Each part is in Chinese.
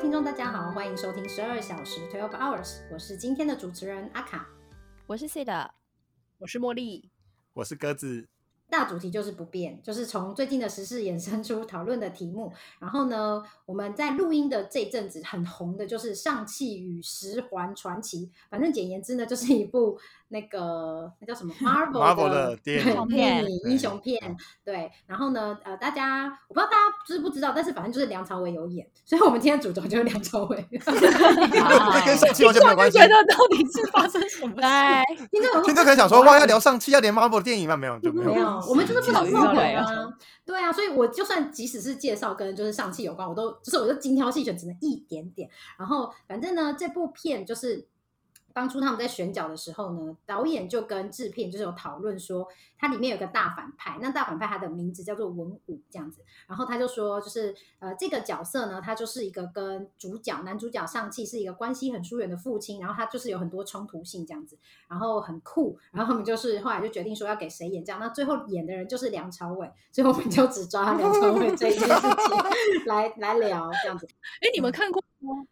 听众大家好，欢迎收听十二小时 Twelve Hours，我是今天的主持人阿卡。我是 C 的，我是茉莉，我是鸽子，大主题就是不变，就是从最近的时事衍生出讨论的题目。然后呢，我们在录音的这阵子很红的就是《上汽与十环传奇》，反正简言之呢，就是一部那个那叫什么 Marvel Marvel 的电 影电影对英雄片嗯。对，然后呢，呃，大家我不知道大家知不知道，但是反正就是梁朝伟有演，所以我们今天主轴就是梁朝 伟。这 跟上期完全没有关系我。就觉得到底是发生什么事？来， 听众有听众可能想说，哇，要聊上期，要连 Marvel 的电影吗？没有，就没没有。有，啊我们就是不能至破少遇到梗雷啊。 对啊，所以我就算即使是介绍跟就是上汽有关，我都就是我就精挑细选，只能一点点。然后反正呢，这部片就是当初他们在选角的时候呢，导演就跟制片就是有讨论说，它里面有个大反派，那大反派他的名字叫做文武这样子。然后他就说，就是呃，这个角色呢，他就是一个跟主角男主角上气是一个关系很疏远的父亲，然后他就是有很多冲突性这样子，然后很酷，然后他们就是后来就决定说要给谁演这样，那最后演的人就是梁朝伟，所以我们就只抓梁朝伟这一件事 情来来聊这样子。哎，你们看过吗？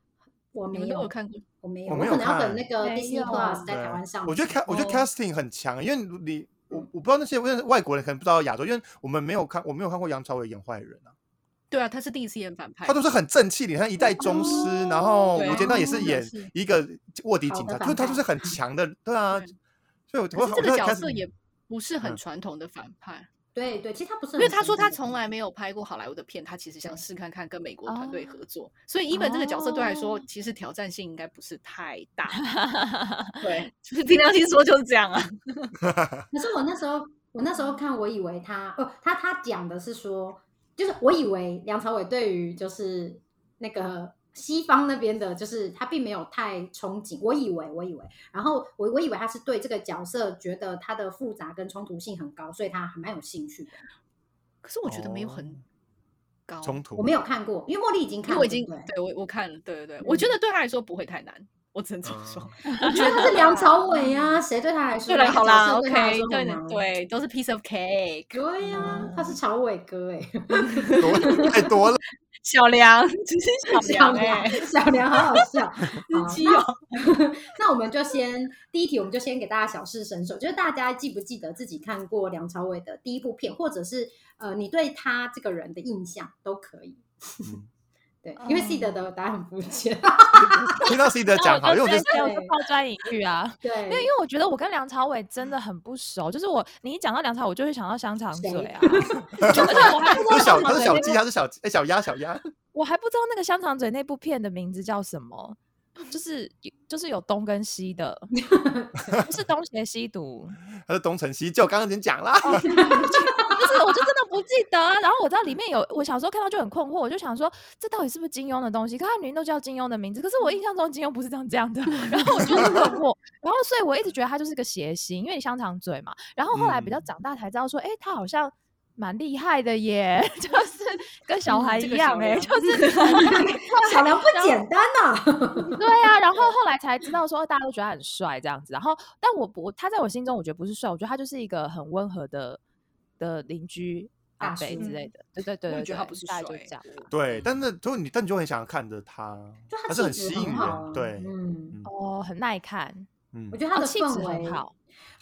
我没你们都有有，看过？我没有，我我没有可能要等看那个没 Disney 有 Plus 在对台湾上。我觉得 ca 我觉得哦 casting 很强，因为你我我不知道那些外外国人可能不知道亚洲，因为我们没有看，我没有看过杨朝伟演坏人啊，对啊，他是第一次演反派，他都是很正气的，你看一代宗师，然后对无间道也是真的演是一个卧底警好的察，反就是他派就是很强的，对啊对。所以我可我是好我这个在角开始色也不是很嗯传统的反派，嗯对对，其实他不是很成功因的，为他说他从来没有拍过好莱坞的片，他其实想试看看跟美国团队合作，所以 even 这个角色对他来说，哦其实挑战性应该不是太 大。对， 就是凭良心说就是这样啊。可是我那时候，我那时候看，我以为他，哦，他他讲的是说，就是我以为梁朝伟对于就是那个西方那边的，就是他并没有太憧憬，我以为，我以为，然后我我以为他是对这个角色觉得他的复杂跟冲突性很高，所以他还蛮有兴趣的。可是我觉得没有哦很高，冲突，我没有看过，因为茉莉已经因看为了，我已经对不对对我我看了，对对对，我觉嗯得对他来说不会太难，我只能这么说。嗯我觉得他是梁朝伟啊，谁对他来说？ 对了，哪个好角啦色对他来，OK，说对很你难对，都是 piece of cake。对呀、他是朝伟哥哎、嗯多太多了，小梁，只是 小小梁哎、梁，欸小梁好好笑， 好鸡那哦 那我们就先第一题，我们就先给大家小试身手，就是大家记不记得自己看过梁朝伟的第一部片，或者是呃你对他这个人的印象都可以。嗯 对，因为嗯 C 的的答案很肤浅。 听到 C 的讲好，因为我我就就在我就对抛砖引玉啊。对，没有，因为我觉得我跟梁朝伟真的很不熟，就是我，你一讲到梁朝伟，我就会想到香肠谁嘴 啊，真的，我还不知道他是 香肠嘴那小他是小鸡，部他是小鸡哎小鸭小鸭，我还不知道那个香肠嘴那部片的名字叫什么，就是就是有东跟西 的，不是东邪西毒，他是东成西就，刚刚已经讲啦。不是，我就真的不记得啊。然后我知道里面有，我小时候看到就很困惑，我就想说，这到底是不是金庸的东西？可他明明都叫金庸的名字，可是嗯我印象中金庸不是这样这 样的。然后我就很困惑，然后所以我一直觉得他就是个谐星，因为你香肠嘴嘛。然后后来比较嗯长大才知道说，哎、他好像。蛮厉害的耶， 就是跟小嗯孩这一个样小哎、梁就是 小梁不简单呐、对啊，然后后来才知道说大家都觉得他很帅这样子，然后但我不，他在我心中我觉得不是帅，我觉得他就是一个很温和的的邻居阿大北叔之类的，对对对我对也觉得他对不是大概就帅这样吧。对，但是就你，但你就很想要看着他，嗯就他他是很气质吸引好啊人，对，嗯，哦，很耐看，嗯我，觉得他哦，的气氛质围很好。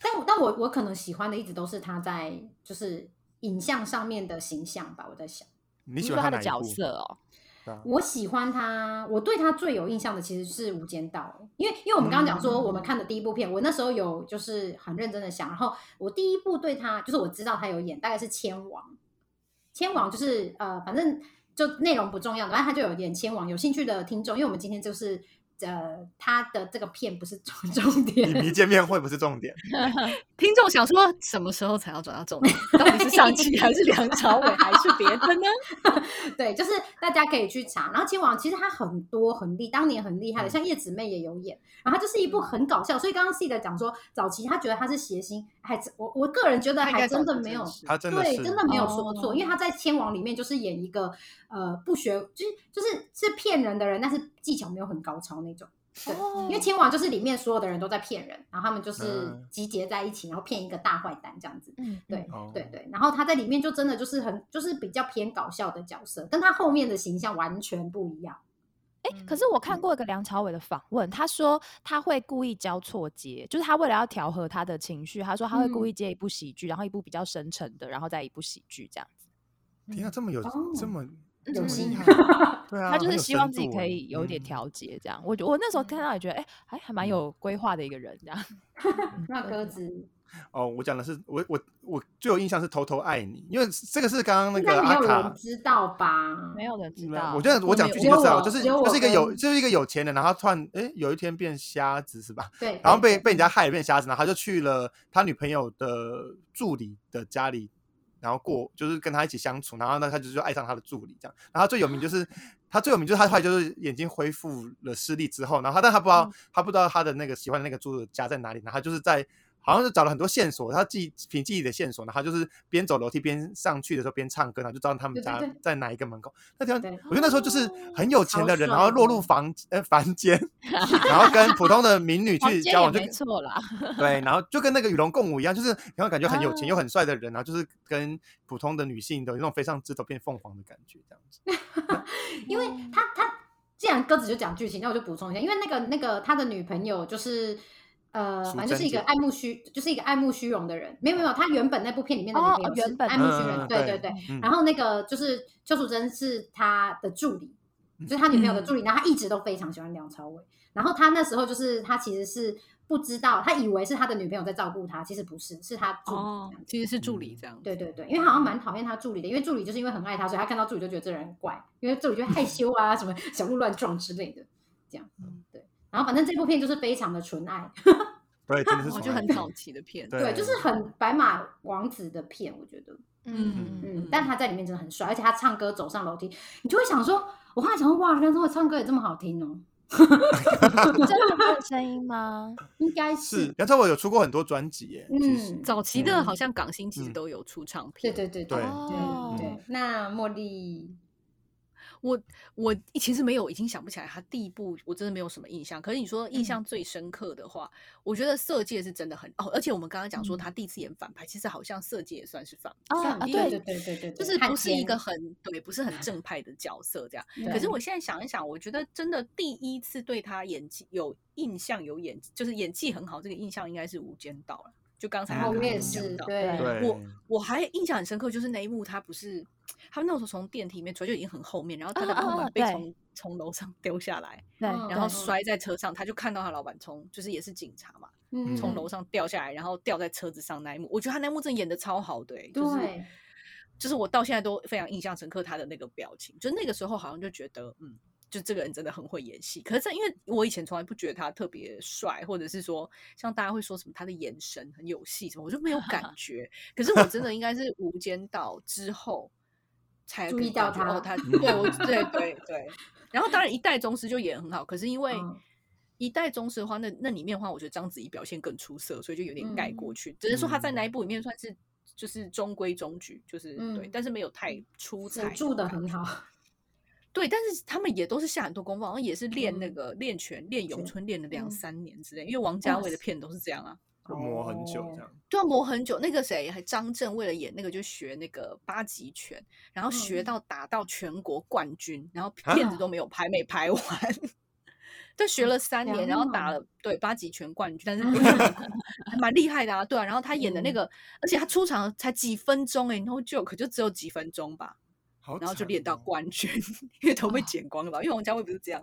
但我但我我可能喜欢的一直都是他在就是影像上面的形象吧，我在想。你喜说欢他哪的一角部色哦？对啊我喜欢他，我对他最有印象的其实是《无间道》，欸因为因为我们刚刚讲说我嗯们看的第一部片，我那时候有就是很认真的想，然后我第一部对他就是我知道他有演，大概是《千王》，《千王》就是呃，反正就内容不重要，反正他就有演《千王》，有兴趣的听众，因为我们今天就是呃他的这个片不是重 重点影，迷见面会不是重点，听众想说什么时候才要转到重 点？到底是上期还是梁朝伟还是别的呢？对，就是大家可以去查。然后前往其实它很多很厉，当年很厉害的，像叶子妹也有演。然后它就是一部很搞笑，所以刚刚 C 的讲说，早期他觉得他是谐星，还真我我个人觉得他应该还真长的得没有。是他真的对，是真的没有说错，哦因为他在《天王》里面就是演一个呃不学，就是就是是骗人的人，但是技巧没有很高超那种。对因为《哦天王》就是里面所有的人都在骗人，然后他们就是嗯集结在一起，然后骗一个大坏蛋这样子。嗯，对嗯哦对对，然后他在里面就真的就是很就是比较偏搞笑的角色，跟他后面的形象完全不一样。哎、哎、可是我看过一个梁朝伟的访问，他说他会故意交错接，就是他为了要调和他的情绪，他说他会故意接一部喜剧，然后一部比较深沉的，然后再一部喜剧这样子。天啊，这么有哦这么有这么机厉害， 对啊，他就是很有希望深自己度可欸以有一点嗯调节，这样。我觉我那时候看到也觉得，哎、还还蛮有规划的一个人，这样。嗯那啊鸽子哦，我讲的是我我我最有印象是偷偷爱你，因为这个是刚刚那应个该没阿有人卡。知道吧？没有人知没有道。我觉得我讲没有剧情就知道，只有我就只有是就是一个我有跟就是一个有钱人，然后他突然哎有一天变瞎子是吧？对，然后对被被人家害变瞎子，然后他就去了他女朋友的助理的家里，然后过就是跟他一起相处，然后呢他就是爱上他的助理这样。然后他最有 名就是他最有名就是他后来就是眼睛恢复了视力之后，然后他但他不嗯知道、他不知道他的那个喜欢的那个助理家在哪里，然后他就是在。好像是找了很多线索，他记凭记忆的线索，然后他就是边走楼梯边上去的时候边唱歌，然后就知道他们对对家对在哪一个门口。那地方对，我觉得那时候就是很有钱的人，超然后帅落入的房呃凡间， 然后跟普通的民女房去间交也往，就没错啦，对，然后就跟那个与龙共舞一样，就是然后感觉很有钱啊又很帅的人，然后就是跟普通的女性的有那种飞上枝头变凤凰的感觉，这样子。因为他他既然鸽子就讲剧情，那我就补充一下，因为那个那个他的女朋友就是。呃，淑反正就是一个贞姐爱慕虚，就是一个爱慕虚荣的人。没有没有，他原本那部片里面的女哦朋友是原本爱慕虚荣，嗯对对对。嗯然后那个就是邱淑贞是他的助理，就是他女朋友的助理。然后他一直都非常喜欢梁朝伟。然后他那时候就是他其实是不知道，他以为是他的女朋友在照顾他，其实不是，是他助理哦这样，其实是助理这样。嗯对对对，因为好像蛮讨厌他助理的，因为助理就是因为很爱他，所以他看到助理就觉得这人很怪，因为助理就会害羞啊，什么小鹿乱撞之类的，这样。对，然后反正这部片就是非常的纯爱，对，真的是哇，从哦就来很没有早期的片。对对，就是很白马王子的片，我觉得，嗯嗯，但他在里面真的很帅，而且他唱歌走上楼梯，你就会想说，我后来想说，哇，梁朝伟唱歌也这么好听哦，真的没有声音吗？应该是梁朝伟有出过很多专辑耶，其实嗯，早期的嗯好像港星其实嗯都有出唱对片。对对对对哦对，那茉莉，我我其实没有，已经想不起来他第一部，我真的没有什么印象。可是你说印嗯象最深刻的话，我觉得《色戒》是真的很哦，而且我们刚刚讲说他第一次演反派，其实好像《色戒》也算是反派，哦算啊，嗯对对对，对对对，就是汉不是一奸个，很对，不是很正派的角色这样。对可是我现在想一想，我觉得真的第一次对他演技有印象、有演就是演技很好，这个印象应该是《无间道》了。就刚才嗯阿哦卡我也有讲是，到对对，我我还印象很深刻，就是那一幕，他不是他那时候从电梯里面出来就已经很后面，然后他的啊啊老啊板被对从从楼上丢下来，对嗯然后对摔在车上，他就看到他老板从就是也是警察嘛，嗯从嗯楼上掉下来，然后掉在车子上那一幕，我觉得他那一幕真的演的超好的、欸，就是对，就是我到现在都非常印象深刻他的那个表情，就那个时候好像就觉得嗯。就这个人真的很会演戏，可是这因为我以前从来不觉得他特别帅，或者是说像大家会说什么他的眼神很有戏什么，我就没有 感觉。可是我真的应该是《无间道》之后才注比意较到觉得哦他他对我对 对对。然后当然一代宗师就演得很好，可是因为嗯一代宗师的话，那那里面的话，我觉得章子怡表现更出色，所以就有点盖过嗯去。只是说他在嗯那一部里面算是就是中规中矩，就是、对嗯，但是没有太出彩辅的助的感很觉好，对，但是他们也都是下很多功夫，好像也是练那嗯个练拳、练咏拳春，练了两嗯三年之类。因为王家哇卫的塞片都是这样啊，就磨很久这样。就要磨很久。那个谁，还张震为了演那个就学那个八极拳，然后学嗯到打到全国冠军，然后啊哦片子都没有拍，没拍完。 但学了三年，然后打哇了对八极拳冠军，但是不是很红还蛮厉害的啊，对啊。然后他演的那嗯个，而且他出场才几分钟哎、欸、，no joke，就只有几分钟吧，好然后就惨练到哦，啊冠军， 因为头被剪光了吧？因为王家卫不是这样，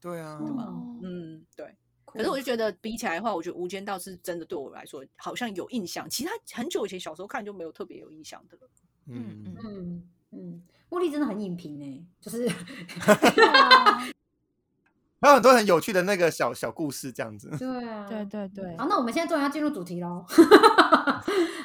对啊，哦嗯，对。可是我就觉得比起来的话，我觉得《无间道》是真的对我来说好像有印象，其他很久以前小时候看就没有特别有印象的了。嗯嗯嗯嗯嗯，茉莉真的很影评哎、就是还有很多很有趣的那个小小故事这样子。 对啊，对对对好，那我们现在终于要进入主题喽。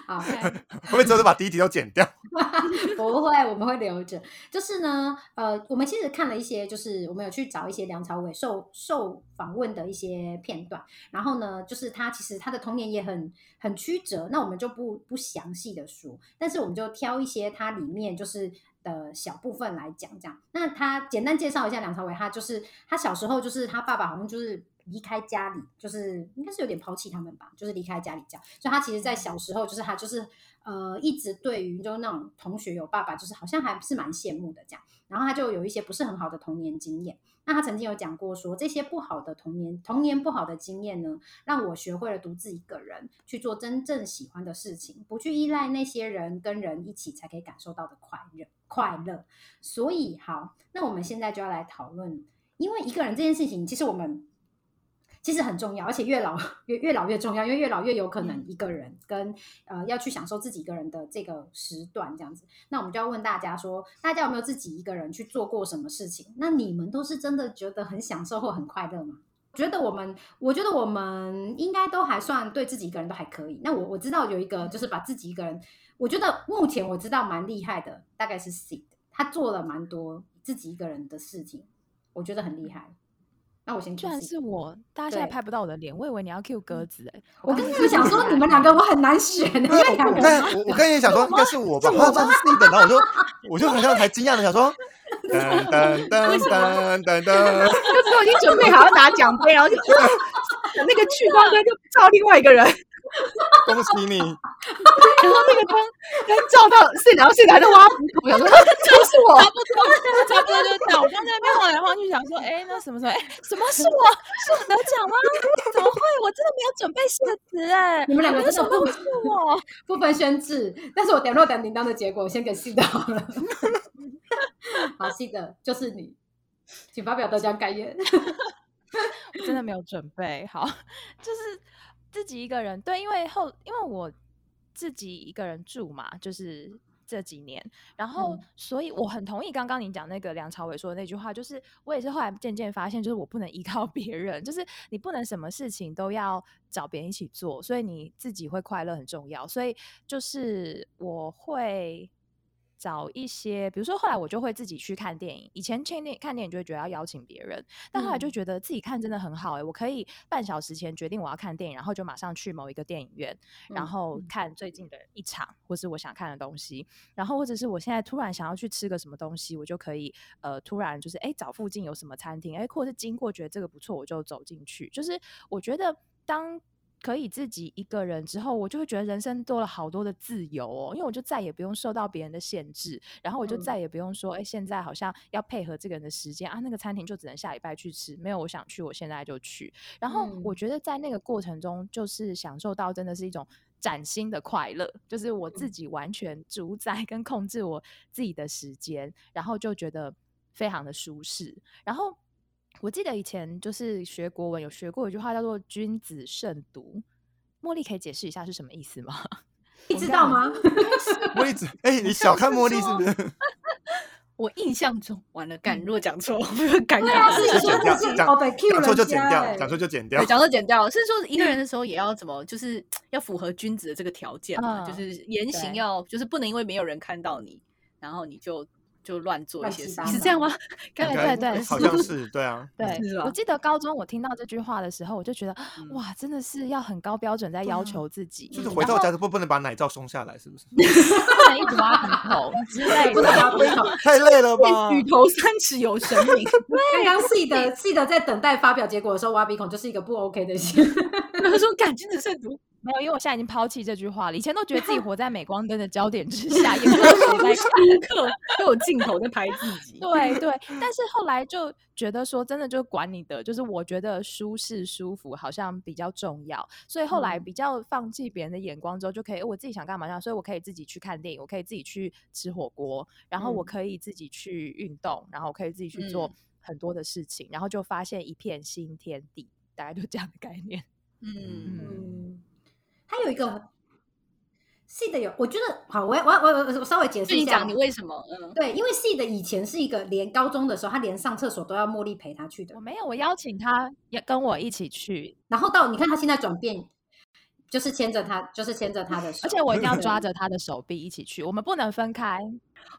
好，会不会只有把第一集都剪掉？ 不会，我们会留着。就是呢，呃，我们其实看了一些，就是我们有去找一些梁朝伟受受访问的一些片段，然后呢，就是他其实他的童年也很很曲折，那我们就不不详细的说，但是我们就挑一些它里面就是的小部分来讲，这样。那他简单介绍一下梁朝伟，他就是他小时候就是他爸爸好像就是离开家里，就是应该是有点抛弃他们吧，就是离开家里这样。所以他其实，在小时候，就是他就是呃，一直对于就那种同学有爸爸，就是好像还是蛮羡慕的这样。然后他就有一些不是很好的童年经验。那他曾经有讲过说，这些不好的童年童年不好的经验呢，让我学会了独自一个人去做真正喜欢的事情，不去依赖那些人跟人一起才可以感受到的快乐快乐。所以好，那我们现在就要来讨论，因为一个人这件事情，其实我们其实很重要，而且越老越越老越重要，因为越老越有可能一个人跟、呃要去享受自己一个人的这个时段这样子。那我们就要问大家说，大家有没有自己一个人去做过什么事情？那你们都是真的觉得很享受或很快乐吗？觉得我们，我觉得我们应该都还算对自己一个人都还可以。那我我知道有一个就是把自己一个人，我觉得目前我知道蛮厉害的，大概是 C 的，他做了蛮多自己一个人的事情，我觉得很厉害。那我先居 Q 然 Sid 是我，大家现在对拍不到我的脸，我以为你要 Q 鸽子哎、我刚跟才你们想说，你们两个我很难选， 因为两我个看我我刚才也 想说应该是我吧，他他是自己的，然后我就我就好像才惊讶的想 说，噔噔噔噔噔噔，就是我已经准备好要拿奖杯，然后就那个聚光灯就照另外一个人，然恭喜你！ 后那个灯灯照到是，然后是还在挖鼻孔， 想说就是我差，不多，差不多就到。我刚才在那边晃来晃去，想说，哎、那什么什么，哎、什么是我？是我得奖吗？怎么会？我真的没有准备谢词哎、你们两个我没有真的想到不会是我。不分宣制，但是我等落等铃铛的结果，我先给 C 的好了。 好，C 的就是你，请发表得奖感言。我真的没有准备好， 就是自己一个人。对，因为后因为我自己一个人住嘛，就是这几年，然后、嗯所以我很同意刚刚你讲那个梁朝伟说的那句话，就是我也是后来渐渐发现，就是我不能依靠 别人，就是你不能什么事情都要找别人一起做，所以你自己会快乐很重要。所以就是我会。找一些，比如说后来我就会自己去看电影。以前看电看电影就会觉得要邀请别人，但后来就嗯觉得自己看真的很好哎、我可以半小时前决定我要看电影，然后就马上去某一个电影院，然嗯后看最近的一场或是我想看的东西，然后或者是我现在突然想要去吃个什么东西，我就可以呃突然就是哎找附近有什么餐厅，哎或者是经过觉得这个不错，我就走进去。就是我觉得当可以自己一个人之后，我就会觉得人生多了好多的自由哦，因为我就再也不用受到别人的限制，然后我就嗯再也不用说，哎、现在好像要配合这个人的时间啊，那个餐厅就只能下礼拜去吃，没有我想去，我现在就去。然后嗯我觉得在那个过程中，就是享受到真的是一种崭新的快乐，就是我嗯自己完全主宰跟控制我自己的时间，然后就觉得非常的舒适。然后我记得以前就是学国文有学过一句话叫做“君子慎独”，茉莉可以解释一下是什么意思吗？ 你知道吗？茉莉子，哎，你小看茉莉是不是？我印象中完了，干如果讲错，我 会很尴对啊，尬。是你说剪掉这是讲哦被 Q 讲错就人剪家掉，欸哎讲，错就剪掉对，。讲都剪掉了，是说一个人的时候也要怎么，就是要符合君子的这个条件嘛，就嗯是言行对要，就是不能因为没有人看到你，然后你就就乱做一乱些七事八，是这样糟吗？刚对应才该对对好是像是对啊。 对是，吧我记得高中我听到这句话的时候，我就觉得嗯哇，真的是要很高标准在对要啊求自己，就是嗯然回到后家就不不能把奶罩松下来，是 不是？不能一 直挖鼻头之类哎不是的。要低头。太累了吧？举头三尺有神明，刚刚 C 的 C 的在等待发表结果的时候，挖鼻孔就是一个不 OK 的事。他说感君子慎独，没有，因为我现在已经抛弃这句话了。以前都觉得自 己活在镁光灯的焦点之下，也不知道谁在 看。刻都有镜头在拍自 己。对啊对，但是后来就觉得说，真的就管你的，就是我觉得舒适舒服好像比较重要，所以后来嗯比较放弃别人的眼光之后，就可以、我自己想干嘛想，所以我可以自己去看电影，我可以自己去吃火锅，然后我嗯可以自己去运动，然后我可以自己去做嗯很多的事情，然后就发现一片新天地，大概就这样的概念。嗯，嗯，还有一个 C 的有，我觉得好，我要我要我要我稍微解释就一你下。讲你为什么？嗯，对，因为 C 的以前是一个连高中的时候，他连上厕所都要茉莉陪他去的我。没有，我邀请他也跟我一起去，然后到你看他现在转变，就是牵着他，就是牵着他的手，而且我一定要抓着。着他的手臂一起去，我们不能分开。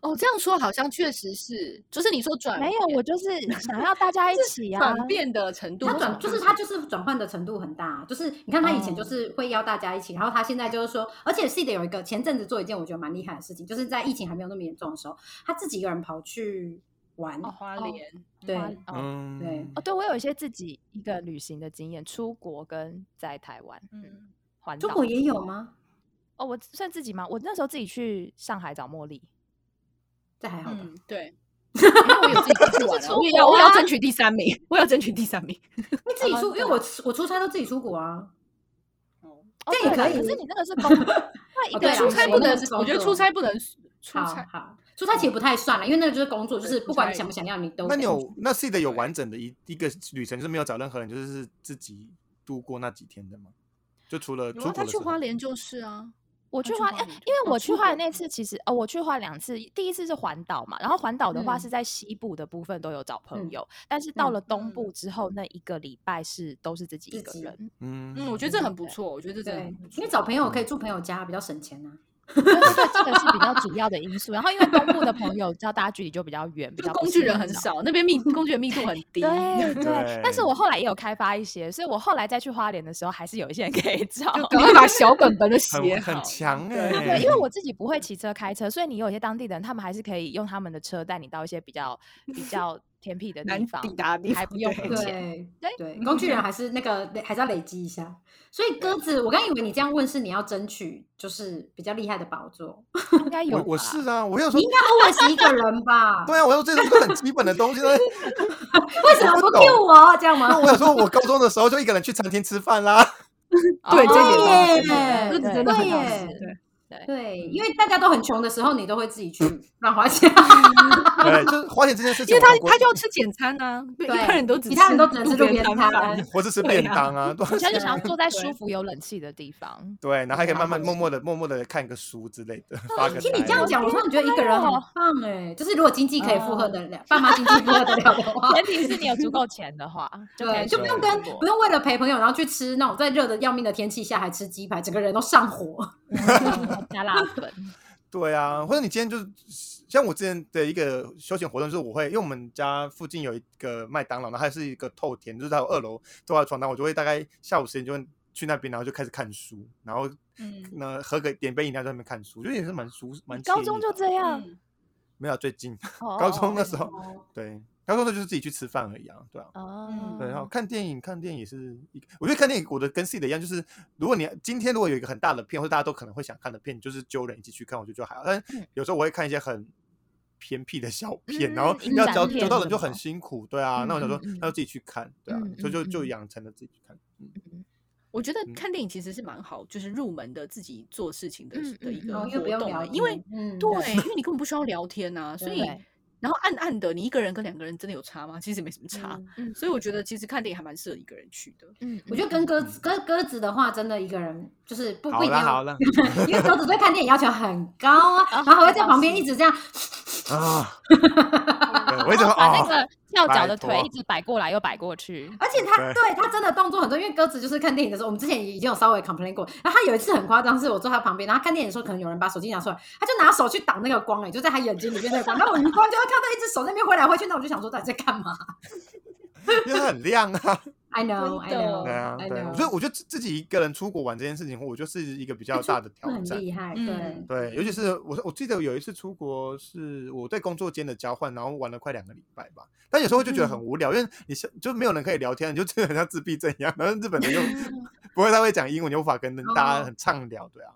哦，这样说好像确实是，就是你说转没有，我就是想要大家一起啊。转变的程度，他转就是他就是转换的程度很大，啊就是你看他以前哦就是会邀大家一起，然后他现在就是说，而且 C 的有一个前阵子做一件我觉得蛮厉害的事情，就是在疫情还没有那么严重的时候，他自己一个人跑去玩。哦，花哦莲，对花哦嗯，对哦，对我有一些自己一个旅行的经验，出国跟在台湾嗯，环岛。中国也有吗？哦，我算自己吗？我那时候自己去上海找茉莉，这还好吧？嗯，对，因为我有自己出去玩 啊我也要，我要争取第三名，我要争取第三名。因为自己哦出，因为对啊我出我出差都自己出国啊。哦这也对啦可以可是你 那个是工作，那一哦个对对，啊出人差我不那能个是，我觉工得出作差不能出好差，好，出差其实不太算了，因为那个就是工作，就对是出不管你差想不想要，你都那你得有那 C 的有对完整的一一个旅程，就是没有找任何人，就是自己度过那几天的吗？就除了出有国啊，的他时去候花莲就是啊，我他去去花花莲，莲因为哦我出去花国莲那次，其实哦，我去花两次，第一次是环岛嘛，然后环岛的话嗯是在西部的部分都有找嗯朋友，但是到嗯了东嗯部之后，那一个礼拜是都是自己自一个己人。嗯嗯，我觉得这很不错，我觉得这真的对很不，错因为找朋友可以住朋友家，比较省钱啊。 对对对，这个是比较主要的因素。然后因为东部的朋友，知道大家距离就比较远，比就较工不具适人合很找。少，那边密工具人 密度很低。对对，但是对我后来也有开发一些，所以我后来再去花莲的时候，还是有一些人可以找。就赶快把小本本 都写很好很。强对哎、对，因为我自己不会骑车、开车，所以你有一些当地人，他们还是可以用他们的车带你到一些比 较比较偏僻的地难方，抵达的地还 方不用对付钱。对对对，工具人还是那个还是要累积一下。所以鸽子，我刚以为你这样问是你要争取就是比较厉害的宝座，应该有我我吧是啊，我有说你应该 always 一个人吧？对啊，我有这种是很基本的东西。对为什么不 Q 我这样吗 那？我想说，我高中的时候就一个人去餐厅吃饭啦。对，这哦点耶这对真的很对好耶吃。对，对，因为大家都很穷的时候，你都会自己去乱花钱， 对，就是花钱这件事情因我看为他过，他就要吃简餐啊，一般人都只其他人都只能吃路 边摊摊饭。或者是对便啊当啊，对我现在就想要坐在对舒服有冷气的地方。对，然后还可以慢慢对默默的、默默的看个书之类的，发个啊听你呆这样讲，我突然觉得一个人很棒哎、就是如果经济可以负荷得了，爸妈经济负荷得了的话，前提是你有足够钱的话，就可对，以就去不用出跟国不用为了陪朋友，然后去吃那种在热的要命的天气下还吃鸡排，整个人都上火。 嗯加辣粉。对啊，或者你今天就是像我之前的一个休闲活动，就是我会因为我们家附近有一个麦当劳，然后它是一个透天，就是它有二楼都有床单，我就会大概下午时间就会去那边，然后就开始看书，然后嗯，那喝个点杯饮料在那边看书，我觉得也是蛮舒蛮你惬高中意的就这样，嗯没有啊最近哦高中那时候哦，对高中的就是自己去吃饭而已啊，对啊。哦，嗯对，然后看电影，看电影也是一个，我觉得看电影我的跟 C 的一样，就是如果你今天如果有一个很大的片，或者大家都可能会想看的片，你就是揪人一起去看，我觉得就还好。但嗯有时候我会看一些很偏僻的小片，然嗯后影要展找片找到人什就很么辛苦，对啊。那我想说嗯嗯嗯，那就自己去看，对啊嗯，所以就就嗯嗯养成了自己去看。嗯我觉得嗯看电影其实是蛮好，就是入门的自己做事情的嗯的一嗯个哦活因为不用动聊啊，天，因为嗯，对， 因为你根本不需要聊天啊，所以对然后暗暗的，你一个人跟两个人真的有差吗？其实没什么差，嗯所以我觉得其实看电影还蛮适合一个人 去的。嗯，我觉得跟鸽子鸽鸽子的话，真的一个人就是不好不一定了要好了 因为鸽子对看电影要求很高啊，哦然后还会在旁边一直这样， 啊，对我我一直说把那啊，个跳脚拜的腿托一直摆过来又摆过去，而且他对对他真的动作很多，因为鸽子就是看电影的时候，我们之前已经有稍微 complain 过。然后他有一次很夸张，是我坐他旁边，然后看电影的时候，可能有人把手机拿出来，他就拿手去挡那个光、欸，哎，就在他眼睛里面那个光，然后我余光就会看到一只手在那边挥来挥去，那我就想说到底在干嘛因为它很亮 啊， ？I know, I 真的嗯 know, 对啊， I 对。 know。所以我觉得自自己一个人出国玩这件事情，我觉得是一个比较大的挑很战。厉害，嗯对，对，尤其是我我记得有一次出国是我在工作间的交换，然后玩了快两个礼拜吧。但有时候就觉得嗯很无聊，因为你是就没有人可以聊天，你就真的很像自闭症一样。然后日本 人又不会太会讲英文，你无法跟哦大家很畅聊，对啊。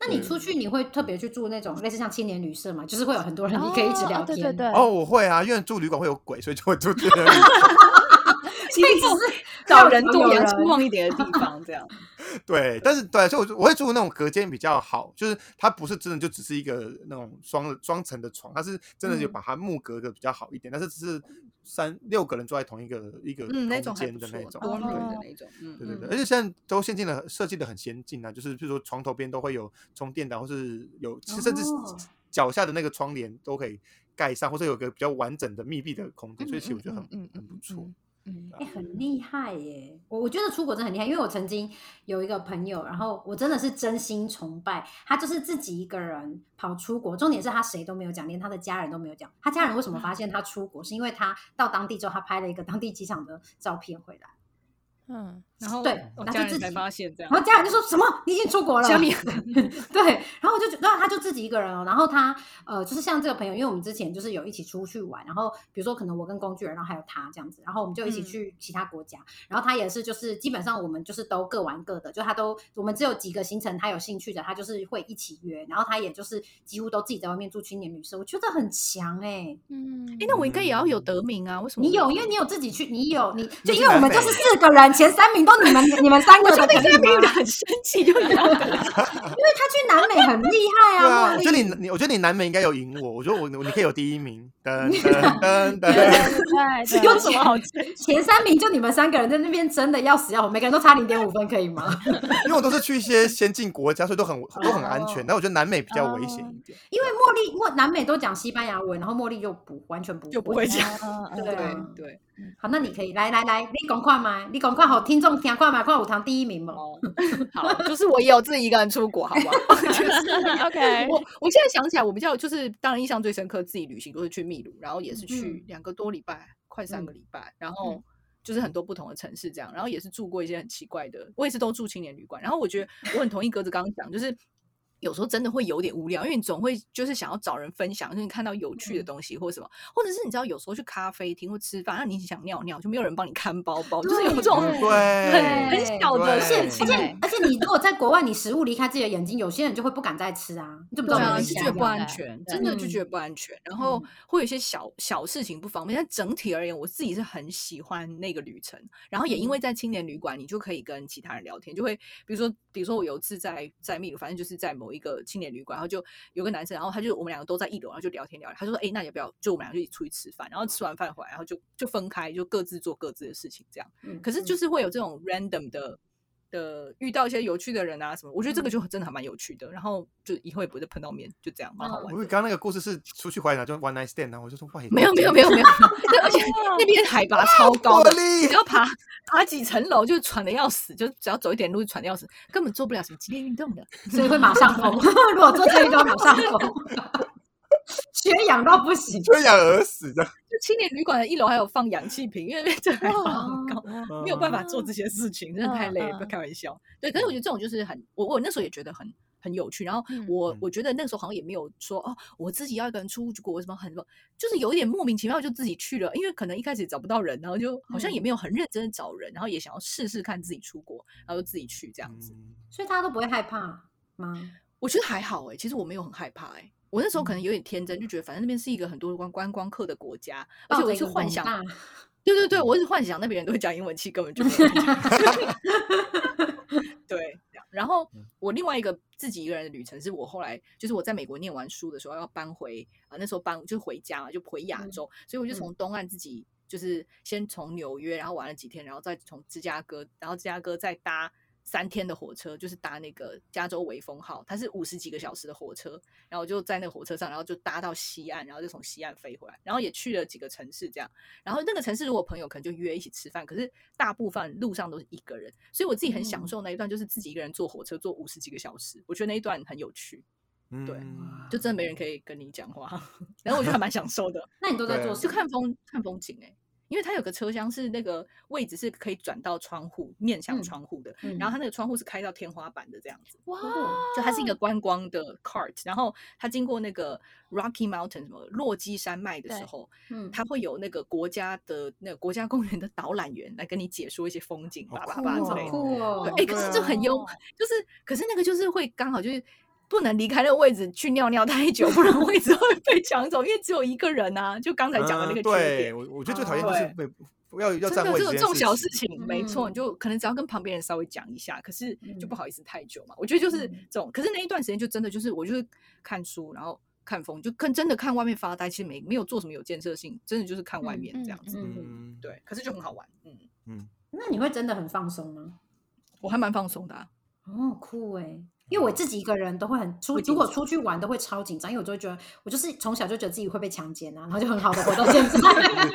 那你出去你会特别去住那种类似像青年旅社嘛？就是会有很多人，你可以一直哦聊对天。对对，哦，我会啊，因为住旅馆会有鬼，所以就会住这边。所以只是 找人度有阳人出望一点 的地方，这样。 对，但是对，所以我就我会住那种隔间比较好，就是它不是真的就只是一个那种双双层的床，它是真的就嗯把它木隔的比较好一点，但是只是三六个人坐在同一个一个嗯，那空种还间不的错那，种，多人对的哦那种，嗯，对对对，嗯而且现在都先进的设计的很先进啊，就是比如说床头边都会有充电的，或是有其实甚至哦脚下的那个窗帘都可以盖上，或者有个比较完整的密闭的空间，所以其实我觉得很嗯嗯嗯很不错。嗯，哎、很厉害耶！我我觉得出国真的很厉害，因为我曾经有一个朋友，然后我真的是真心崇拜他，就是自己一个人跑出国，重点是他谁都没有讲，连他的家人都没有讲。他家人为什么发现他出国，是因为他到当地之后，他拍了一个当地机场的照片回来，嗯，然后对我然后家就自人才己发现这 样哎然。后家人就说什么你已经出国了，家 里对，然后我就觉得他就自己一个人哦，然后他呃就是像这个朋友，因为我们之前就是有一起出去玩，然后比如说可能我跟工具人，然后还有他这样子，然后我们就一起嗯去其他国家，然后他也是就是基本上我们就是都各玩各的，就他都我们只有几个行程他有兴趣的，他就是会一起约，然后他也就是几乎都自己在外面住青年旅社，我觉得很强哎、嗯，哎，那我应该也要有得名啊？为什么你我有，没因为你有自己去，你有你就因你是为我们南就北是四个人，前三名都你们你们三个的，可以这名吗字很生气，就一样的因为他去南美很厉害啊，对啊，茉我莉觉得你你，我觉得你南美应该有赢我，我觉得我你可以有第一名。噔噔噔噔， 对，有有什么好争？前三名就你们三个人在那边真的要死要活，每个人都差零点五分，可 以吗？因为我都是去一些先进国家，所以都很都很安全。但我觉得南美比较危险一点。因为茉莉茉南美都讲西班牙文，然后茉莉就不完全不就不会讲。对啊嗯对，好，那你可以来来来，你赶快嘛，你赶快好，听众听快嘛，快五堂第一名嘛。哦， 好，就是我也有自己一个人出国，好不 好？就是，OK，我我现在想起来，我比较就是当然印象最深刻，自己旅行都是去秘鲁，然后也是去嗯两个多礼拜，快三个礼拜，然嗯后就是很多不同的城市这样，然后也是住过一些很奇怪的，我也是都住青年旅馆，然后我觉得我很同意鸽子刚刚讲，就是。有时候真的会有点无聊，因为你总会就是想要找人分享，就是你看到有趣的东西或什么，或者是你知道有时候去咖啡厅或吃饭，那你想尿尿就没有人帮你看包包，就是有这种对很对，很小对的而且事而情、且欸，而且，你如果在国外，你食物离开自己的眼睛，有些人就会不敢再吃啊。你怎么知对道啊，你就下觉得一不个样安的全，对真的就嗯觉得不安全。然后嗯会有一些小小事情不方便，但整体而言，我自己是很喜欢那个旅程。然后也因为在青年旅馆，你就可以跟其他人聊天，就会比如说，比如说我有一次在在秘鲁，反正就是在某一个青年旅馆，然后就有个男生，然后他就我们两个都在一楼，然后就聊天聊天，他就说：“哎、那要不要？”就我们俩就一起出去吃饭，然后吃完饭回来，然后就就分开，就各自做各自的事情这样。嗯可是嗯就是会有这种 random 的的遇到一些有趣的人啊什么，我觉得嗯这个就真的还蛮有趣的。然后就以后也不会再碰到面，就这样蛮好嗯玩我以为的。刚刚那个故事是出去回来就 one night stand，然后我就说哇，也没有没有没 有没有，对而且那边海拔超高茉的，莉只要爬爬几层楼就喘的要死，就只要走一点路就喘的要死，根本做不了什么激烈运动的。所以会马上疯。 如果做这一招，马上疯，缺氧到不行。缺氧而死的，就青年旅馆的一楼还有放氧气瓶，因为这海拔很高，没有办法做嗯这些事情，真的太嗯累了，不要嗯开玩笑。对，可是我觉得这种就是很，我我那时候也觉得很很有趣。然后嗯我、嗯我觉得那时候好像也没有说哦，我自己要一个人出国什么很多，就是有一点莫名其妙就自己去了，因为可能一开始找不到人，然后就好像也嗯没有很认真的找人，然后也想要试试看自己出国，然后就自己去这这样子。嗯所以大家都不会害怕吗？我觉得还好哎、其实我没有很害怕哎、我那时候嗯可能有点天真，就觉得反正那边是一个很多观观光客的国家，哦而抱且着我一是个幻很想大对对嗯对，我是幻想那边人都会讲英文，其实根本就没有人讲 对，这样然嗯后我另外一个自己一个人的旅程，是我后来就是我在美国念完书的时候要搬回啊、那时候搬就回家嘛，就回亚嗯洲，所以我就从东岸自己就是先从纽约，然后玩了几天，然后再从芝加哥，然后芝加哥再搭。三天的火车就是搭那个加州微风号，它是五十几个小时的火车，然后我就在那个火车上，然后就搭到西岸，然后就从西岸飞回来，然后也去了几个城市这样。然后那个城市如果朋友可能就约一起吃饭，可是大部分路上都是一个人，所以我自己很享嗯受那一段，就是自己一个人坐火车坐五十几个小时，我觉得那一段很有趣，对嗯就真的没人可以跟你讲话， 然后我就还蛮享受 的，那你都在对做啊什就么？看风看风景哎、因为它有个车厢是那个位置是可以转到窗户面向嗯窗户的，嗯然后它那个窗户是开到天花板的这样子。哇，哦就它是一个观光的 cart，然后它经过那个 Rocky Mountain 什么落基山脉的时对候，嗯，它会有那个国家的那个国家公园的导览员来跟你解说一些风景，好巴拉酷巴拉哦之好类的。酷哦！对，哎，可是就很优，就是可是那个就是会刚好就是不能离开那个位置去尿尿太久，不然 位置会被抢走，因为只有一个人啊。就刚才讲的那嗯个缺对点。我我觉得最讨厌就是被不要要真占的，位置这种件这种小事情。情，没嗯错，你就可能只要跟旁边人稍微讲一下，可是就不嗯好意思太久嘛。我觉得就是嗯这种，可是那一段时间就真的就是我就是看书，然后看风，就跟真的看外面发呆，其实没没有做什么有建设性，真的就是看外嗯面这嗯样子。嗯嗯，对，可是就很好玩，嗯，嗯，那你会真的很放松吗？我还蛮放松的、啊。哦，酷哎！因为我自己一个人都会很出，会如紧果张出去玩都会超紧张，因为我就会觉得我就是从小就觉得自己会被强奸啊，然后就很好的活到现在。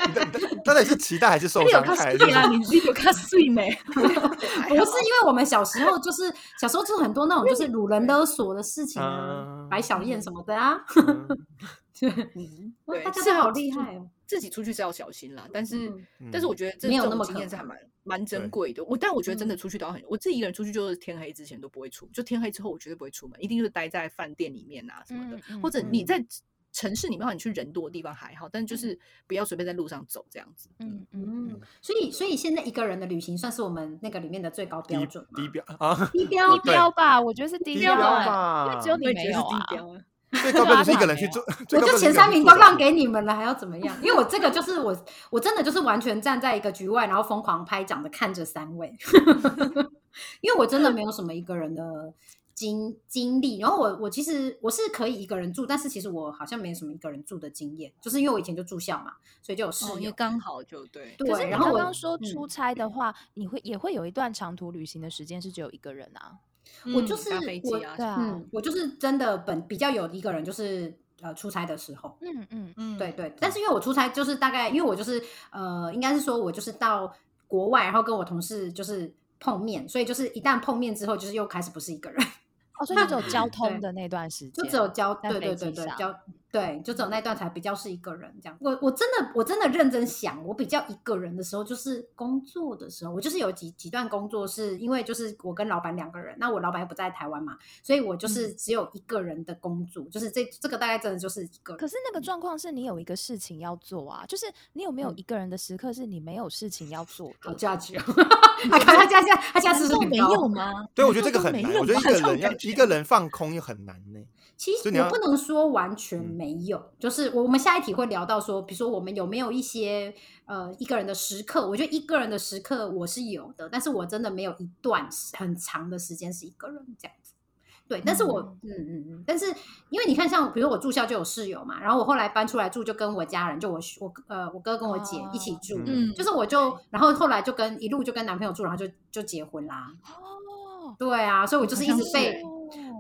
到底是期待还是受你有伤看害？睡啊？你有看睡没？ 不是因为我们小时候就是小时候就很多那种就是掳人勒索的事情啊啊，白小燕什么的啊， 嗯嗯，哇对，大家是都好自厉己害哦！自己出去是要小心啦，但是、嗯但嗯是我觉得这没有这那种么经可验是还怕嗯蛮蛮珍对贵的。我但我觉得真的出去都要很，我自己一个人出去就是天黑之前都不会出，就天黑之后我绝对不会出门，一定就是待在饭店里面啊什么的，嗯或者你嗯在城市里面，你去人多的地方还好，但就是不要随便在路上走这样子。嗯，嗯嗯，嗯，所以所以现在一个人的旅行算是我们那个里面的最高标低准吗低？标啊，低标低对标吧，我觉得是低低标标欸，因为吧只，有嗯你我也没觉有得是啊低。标啊。最高标准是一个人去对做，最我就高标准是前一个人三去名做都这个啊让给你们了，还要怎么样？因为我这个就是我，我真的就是完全站在一个局外，然后疯狂拍掌的看着三位， 因为我真的没有什么一个人的经经历。然后我我其实我是可以一个人住，但是其实我好像没什么一个人住的经验，就是因为我以前就住校嘛，所以就有室哦，因友。为刚好就对，可是对，你然后刚我刚说嗯出差的话，你会也会有一段长途旅行的时间是只有一个人啊？我嗯就是搭飞我机啊对，啊，嗯，我就是真的本比较有一个人，就是呃出差的时候，嗯嗯嗯对对，但是因为我出差就是大概，因为我就是呃，应该是说我就是到国外，然后跟我同事就是碰面，所以就是一旦碰面之后，就是又开始不是一个人，哦，所以就只有交通对的那段时间，就只有交在对对飞对机对上嗯交对，就只有那段才比较是一个人这样。我我真的我真的认真想，我比较一个人的时候就是工作的时候，我就是有几几段工作是因为就是我跟老板两个人，那我老板又不在台湾嘛，所以我嗯就是只有一个人的工作，就是这这个大概真的就是一个人。可是那个状况是你有一个事情要做啊，就是你有没有嗯一个人的时刻是你没有事情要做好的？价 值哦，他他现在他现在是不是都很没高有吗？对，我难觉道得这个都很没难。有我觉得一吗个这 种人要感一觉个人放空也很难呢、其实所以你也要不能说完全嗯没有，就是我我们下一题会聊到说，比如说我们有没有一些呃一个人的时刻？我觉得一个人的时刻我是有的，但是我真的没有一段很长的时间是一个人这样子。对，但是我嗯嗯嗯，但是因为你看，像比如我住校就有室友嘛，然后我后来搬出来住就跟我家人，就我我呃我哥跟我姐一起住，嗯就是我就然后后来就跟一路就跟男朋友住，然后就就结婚啦。哦，对啊，所以我就是一好直像是被欸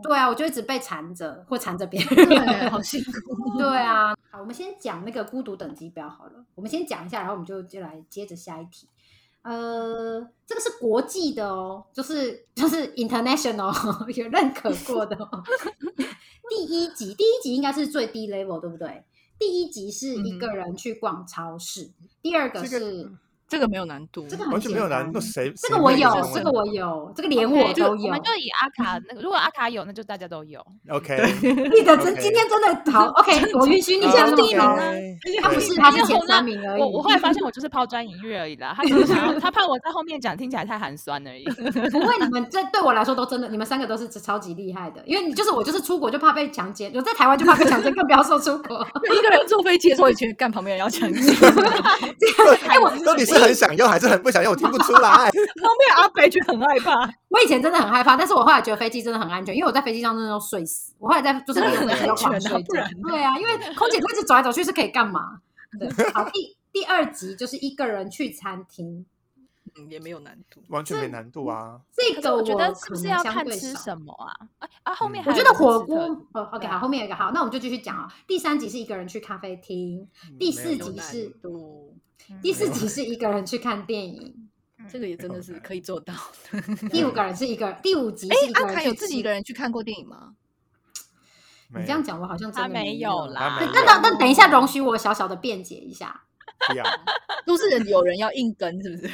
对啊，我就一直被缠着，或缠着别对，啊人。好辛苦。 对啊，好，我们先讲那个孤独等级表好了，我们先讲一下，然后我们就就来接着下一题。呃，这个是国际的哦，就是就是 international 哦有认可过的、哦。第一集，第一集应该是最低 level，对不对？第一集是一个人去逛超市，第二个这个是这个没有难度，这个很完全没有难简单度，谁这个我有，问这个我有，这个连 OK，我就都我有们。就以阿卡那个，如果阿卡有，那就大家都有。 OK，你的真 OK 今天真的好，OK，我允许你嗯这样是弄第一名高啊他不是，对他是前没有三名而已。我我后来 发现我就是抛砖引玉而 已啦，他只是想要他怕我在后面讲听起来太寒酸而已。不会，你们这对我来说都真的，你们三个都是超级厉害的。因为你就是我，就是出国就怕被强奸，我在台湾就怕被 强奸，更不要说出国。 一个人坐飞机的时候，也觉得干旁边人要抢劫，哎，我到底是很想要还是很不想要？我听不出来。旁边阿北觉得很害怕。我以前真的很害怕，但是我后来觉得飞机真的很安全，因为我在飞机上真的都睡死。我后来在就是那个飞机上真的很安全啊睡不然觉呢。对啊，因为空姐一直走来走去是可以干嘛？对，好，第第二集就是一个人去餐厅，嗯，也没有难度。完全没难度啊！这可是个我觉得是可不是能要相看对吃少什么啊？哎啊，后面嗯还我有觉一个得火吃锅的，哦，OK，对好，后面有一个好，那我们就继续讲啊。第三集是一个人去咖啡厅，第四嗯没集有有是难度，第嗯四集是一个人去看电影，这个也真没的有是难可以做到的。第五个人是一个，第五集哎是一，个阿人凯去有自己一吃个人去看过电影吗？你这样讲，我好像真他的没有有。啦，他没但有但但等一下，容许我小小的辩解一下， 不要， 都是人有人要硬跟，是不是？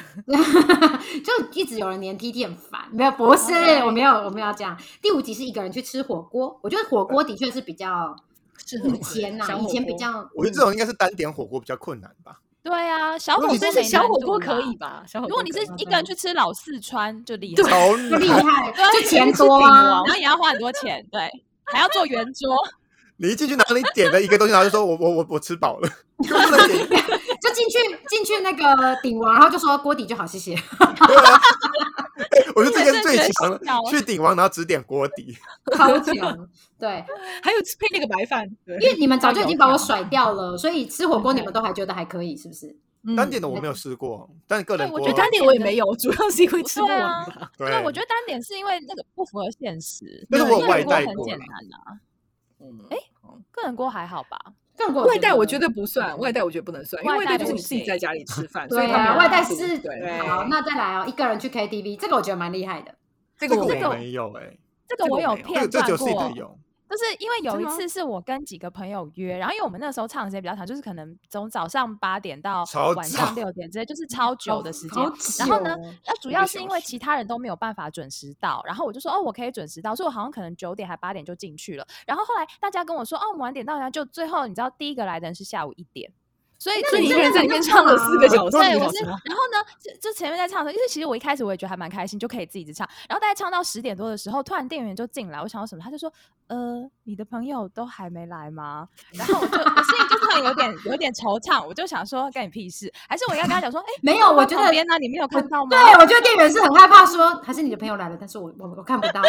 就一直有人黏 T T 很烦，没有，不是哦 OK 我没有，我没有这样。第五集是一个人去吃火锅，我觉得火锅的确是比 较 是以前呐，以前比较，我觉得这种应该是单点火锅比较困难吧。对啊，小如果火你锅是没小难火度锅啦可以吧？小火如锅果你可是以一个人去吃老四川，就厉 害，超就厉厉害！ 害，对就钱你是多顶啊王， 然后也要花很多钱，对，还要做圆桌，你一进去，然后你点了一个东西，然后就说我我我我吃饱了，就不能点就进去进去那个鼎王，然后就说锅底就好，谢 谢。对啊，哎我觉得这个是最强真的觉得 笑的，去顶王然后只点锅底，超强。对，还有配那个白饭，对因为你们早就已经把我甩掉了，所以吃火锅你们都还觉得还可以，是不是？嗯单点的我没有试过，但个人对锅我我觉得单点我也没有，主要是因为吃不对完啊吧。对对，我觉得单点是因为那个不符合现实，但是对我个外人锅带很过简啦单啊，嗯哎个人锅还好吧？更过外带我绝对不算，外带我觉得不能算，因为外外带带就是不你自己行在家里吃饭，所对以它没啊，有外带难度是对。好，那再来哦，一个人去 KTV，这个我觉得蛮厉害的。这这个个我我没有没有哎，这个这个我我有没有这片个这段只有 C 过的，有，就是因为有真一的吗次是我跟几个朋友约，然后因为我们那时候唱的时间比较长，就是可能从早上八点到超晚早上六点之类，就是超久的时间好。然后呢 久哦，那主一要个是小因为时其他人都没有办法准时到，然后我就说哦，我可以准时到，所以我好像可能九点还八点就进去了。然后后来大家跟我说哦，我们晚点到，然后就最后你知道第一个来的人是下午一点，所以所以就你一是个人在里面唱了四个小时，对，四个我小哦是，时然后吗呢，就就前面在唱的时候，因为其实我一开始我也觉得还蛮开心，就可以自己一直唱。然后大概唱到十点多的时候，突然店员就进来，我想到什么，他就说：“呃，你的朋友都还没来吗？” 然后我就我心里就突然有点有点惆怅，我就想说干你屁事，还是我应该跟他讲说：“哎、没有我我在觉旁得边呢、你没有看到吗？”对，啊我觉得店员是很害怕说，还是你的朋友来了，但是我我我看不到。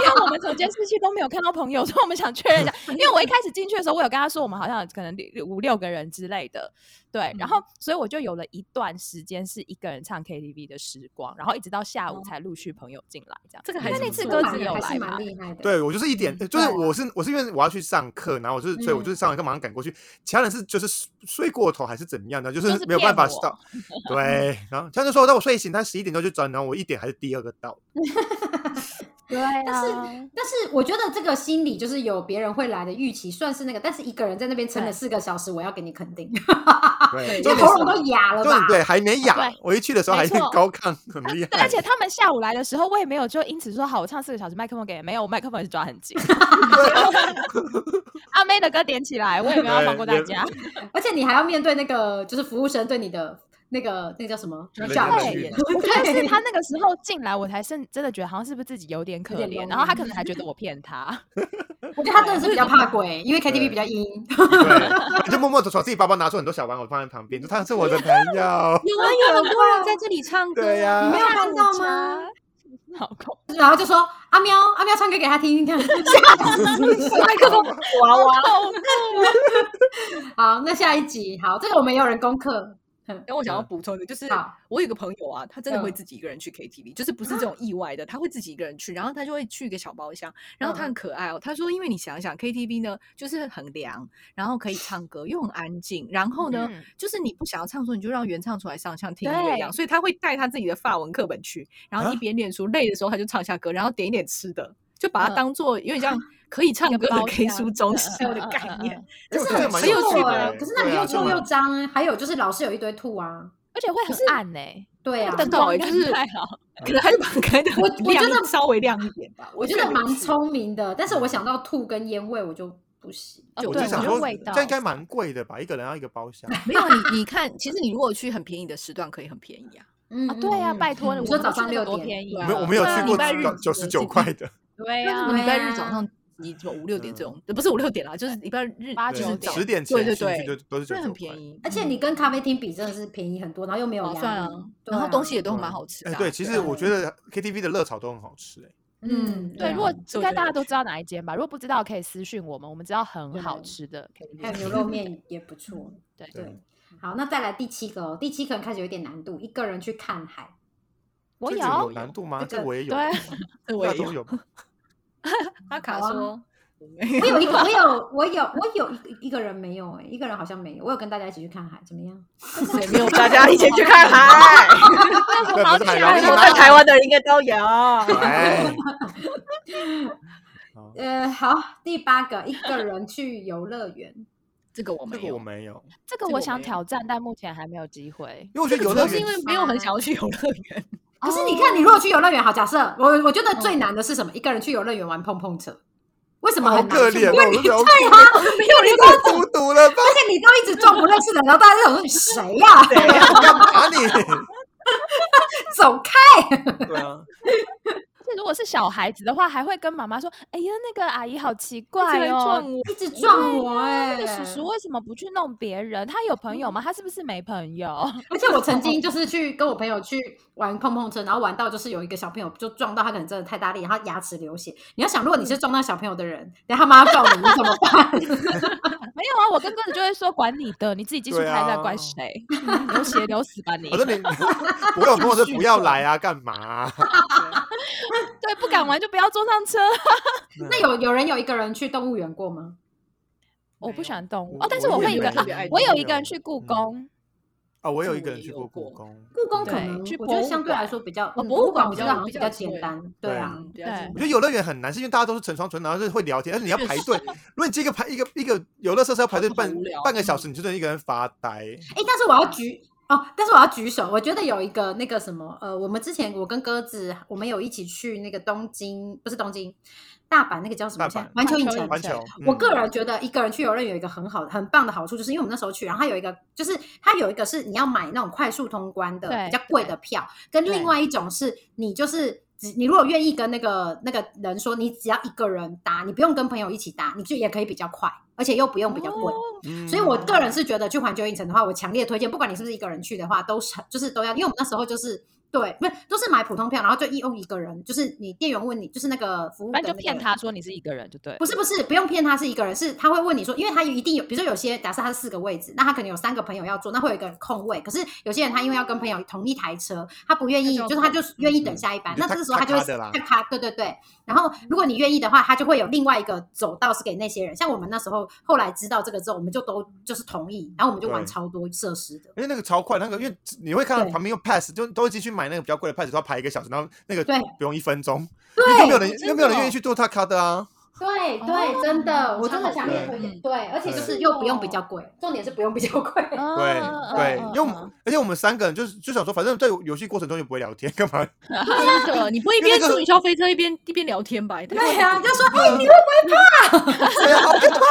因为我们整件事情都没有看到朋友，所以我们想确认一下。因为我一开始进去的时候，我有跟他说我们好像有可能六五六个人之类的，对。然后，所以我就有了一段时间是一个人唱 KTV 的时光，然后一直到下午才陆续朋友进来，这样。这个因还为是那不次错鸽的子有还是来蛮嘛？厉害的。对我就是一点，嗯。就是对我是我是因为我要去上课，然后我就是所以嗯我就是上完课马上赶过去，其他人是就是睡睡过头还是怎么样的，就就是是没有办法骗我 到。对，然后他就说让我睡醒，他十一点钟就转，然后我一点还是第二个到。对啊，但是我觉得这个心理就是有别人会来的预期，算是那个，但是一个人在那边撑了对四个小时，我要给你肯定，啊对，这重喉点咙是都哑了重点吧？对还没哑对，我一去的时候还没很错高亢，很厉对，害而。且他们下午来的时候，我也没有就因此说好，我唱四个小时，麦克风给没有，我麦克风也是抓很紧。 阿妹的歌点起来，我也没有要放过大对也家。而且你还要面对那个就是服务生对你的那个那个叫什么对教对育对，我觉得是他那个时候进来，我才是真的觉得好像是不是自己有点可有点怜， low 然后他可能还觉得我骗他，我觉得他真的是比较怕鬼，因为 KTV 对比较阴。对，我就默默的从自己包包拿出很多小玩偶放在旁边，就他是我的朋友 有啊，有很多人在这里唱歌，对呀 你没有看到吗？好恐然后就说阿喵，阿喵唱歌给他听听 看，麦克风娃娃。怖！好，那下一集好，这个我们也有人攻克。然后我想要补充的就是好，我有一个朋友啊，他真的会嗯自己一个人去 KTV，就是不是这种意外的，他会自己一个人去，然后他就会去一个小包厢，然后他嗯很可爱哦。他说，因为你想一想，KTV 呢就是很凉，然后可以唱歌，又很安静，然后呢，嗯就是你不想要唱的时候，你就让原唱出来上，像听音乐一样。对所以他会带他自己的法文课本去，然后一啊边念书，累的时候他就唱下歌，然后点一点吃的，就把嗯它当做有点像可以唱歌的包 K 厢书中嗯心嗯的嗯概嗯念嗯。哎我觉这得很蛮不有错趣的哎欸可是那里对啊又这臭蛮又脏啊，还有就是老是有一堆兔啊。而且会很暗呢，对啊，但到哎，就光是太好可能还是把它开的我我亮觉一得稍微亮一点吧。我觉得得蛮有趣的，聪明的，但是我想到兔跟烟味，我就不行。啊哦我对就想觉得说味，道这样应该蛮贵的吧？一个人要一个包厢，没有啊你你看，其实你如果去很便宜的时段，可以很便宜啊。嗯啊！对啊，拜托嗯你，你我说们早去上那个六多点便宜对啊，我没啊有我没有对啊去过礼拜日九九十九块的，对那呀如果，礼拜对日啊早上你什么五六点这种，不是五六点啦，就是礼拜日八就是九早点十点对前对进去对，就都是九所以十很九便块。宜，而且你跟咖啡厅比，真的是便宜很多，然后又没有划压算啊力。对然后东西也都对很啊蛮好吃哎的啊。对，其对实啊我觉得 KTV 的热炒都很好吃，哎，嗯，对，啊如果应所以我该觉大得家都知道哪一间吧？如果不知道可以私讯我们，我们知道很好对吃的嗯 KTV 还有牛肉面也不错。对对，好，那再来第七个哦，第七个开始有点难度，一个人去看 海。我这有个有难度吗？这这个我也有， 对这我大也家都有。有吧。阿卡好啊说，我有一个，我有，我有，我有一个一个人没有哎、一个人好像没有。我有跟大家一起去看海，怎么样？谁没有大家一起去看海？对，不是好很容易起来吗了？在台湾的人应该都有。哎， 好呃，好，第八个，一个人去游乐 园。这个我这没个我有，没有，这个这我个想没有挑战，但目前还没有机会。因为我觉得游主乐要是园因为没有很想要去游乐园。可是你看，你如果去游乐园，好，假设我我觉得最难的是什么？一个人去游乐园玩碰碰车，为什么嗯好很难可去怜因为哦，你我都对啊，因为你都， 太孤独了吧？而且你都一直撞不认识的人，然后大家就想说你谁呀、 干嘛你？走开！对啊，而且如果是小孩子的话，还会跟妈妈说：“哎呀，那个阿姨好奇一直怪来哦，撞我一直撞我哎、那个叔叔为什么不去弄别人？他有朋友吗？他是不是没朋友？ 而且我曾经就是去跟我朋友去玩碰碰车，然后玩到就是有一个小朋友就撞到他，可能真的太大力，然后他牙齿流血。你要想，如果你是撞到小朋友的人，等一下他妈要告你，你怎么办？ 没有啊，我跟鸽子就会说管你的，你自己继续对开，再啊怪谁？流血流死吧你！我说你，我有跟我说不要来啊，干嘛啊？对，不敢玩就不要坐上车。那有有人有一个人去动物园过吗？我不喜欢动物我哦，但是我我也会没一有个特啊别爱，我动有物一个人哦去故嗯宫，啊，我有这一个个我人也去有过故过宫，故宫可对能去我博觉得物相对馆来说比较，哦嗯博物馆我馆比觉得较好像比比较较简对单，对啊，嗯，比较对近我觉得游乐园很难，是因为大家都是成双成对，然后是会聊天，而且你要排队。如果你接一个排一个一个游乐设施要排队好半无聊半个小时，你就能一个人发呆。哎，但是我要举哦，但是我要举手。我觉得有一个那个什么，呃，我们之前我跟鸽子，我们有一起去那个东京，不是东京，大阪那个叫什么？大阪环球影城。环球，我嗯个人觉得一个人去游乐园有一个很好、很棒的好处，就是因为我们那时候去，然后它有一个，就是它有一个是你要买那种快速通关的对比较贵的票，跟另外一种是你就是只你如果愿意跟那个那个人说，你只要一个人搭，你不用跟朋友一起搭，你就也可以比较快，而且又不用比较贵。哦嗯所以，我个人是觉得去环球影城的话，我强烈推荐，不管你是不是一个人去的话，都是就是都要，因为我们那时候就是对，不是都是买普通票，然后就一用一个人，就是你店员问你，就是那个服务的、反那个正就骗他说你是一个人就对了。不是不是，不用骗他是一个人，是他会问你说，因为他一定有，比如说有些假设他是四个位置，那他可能有三个朋友要坐，那会有一个人空位。可是有些人他因为要跟朋友同一台车，他不愿意，那就就是他就是愿意等下一班，那这个时候他就会嗯就咔咔的啦咔咔，对对对。然后如果你愿意的话，他就会有另外一个走道是给那些人。像我们那时候后来知道这个之后，我们就都就是同意，然后我们就玩对超多设施的。因为那个超快，那个因为你会看到对旁边用 pass，就都会继续买那个比较贵的 pass，都要排一个小时，然后那个对不用一分钟，因为又对没有人真的又没有人哦愿意去做他卡的啊。对哦对，真的，我真的超强烈好推嗯荐。对，而且就是是又不用哦比较贵，重点是不用比较贵。嗯对啊嗯对嗯，因为我嗯们而且我们三个人就是就想说，反正在游戏过程中又不会聊天，干嘛？真的，你不会一因为边那个坐云霄飞车一边一边聊天吧？对对啊，就说哎、 你 对啊，好可怕哇！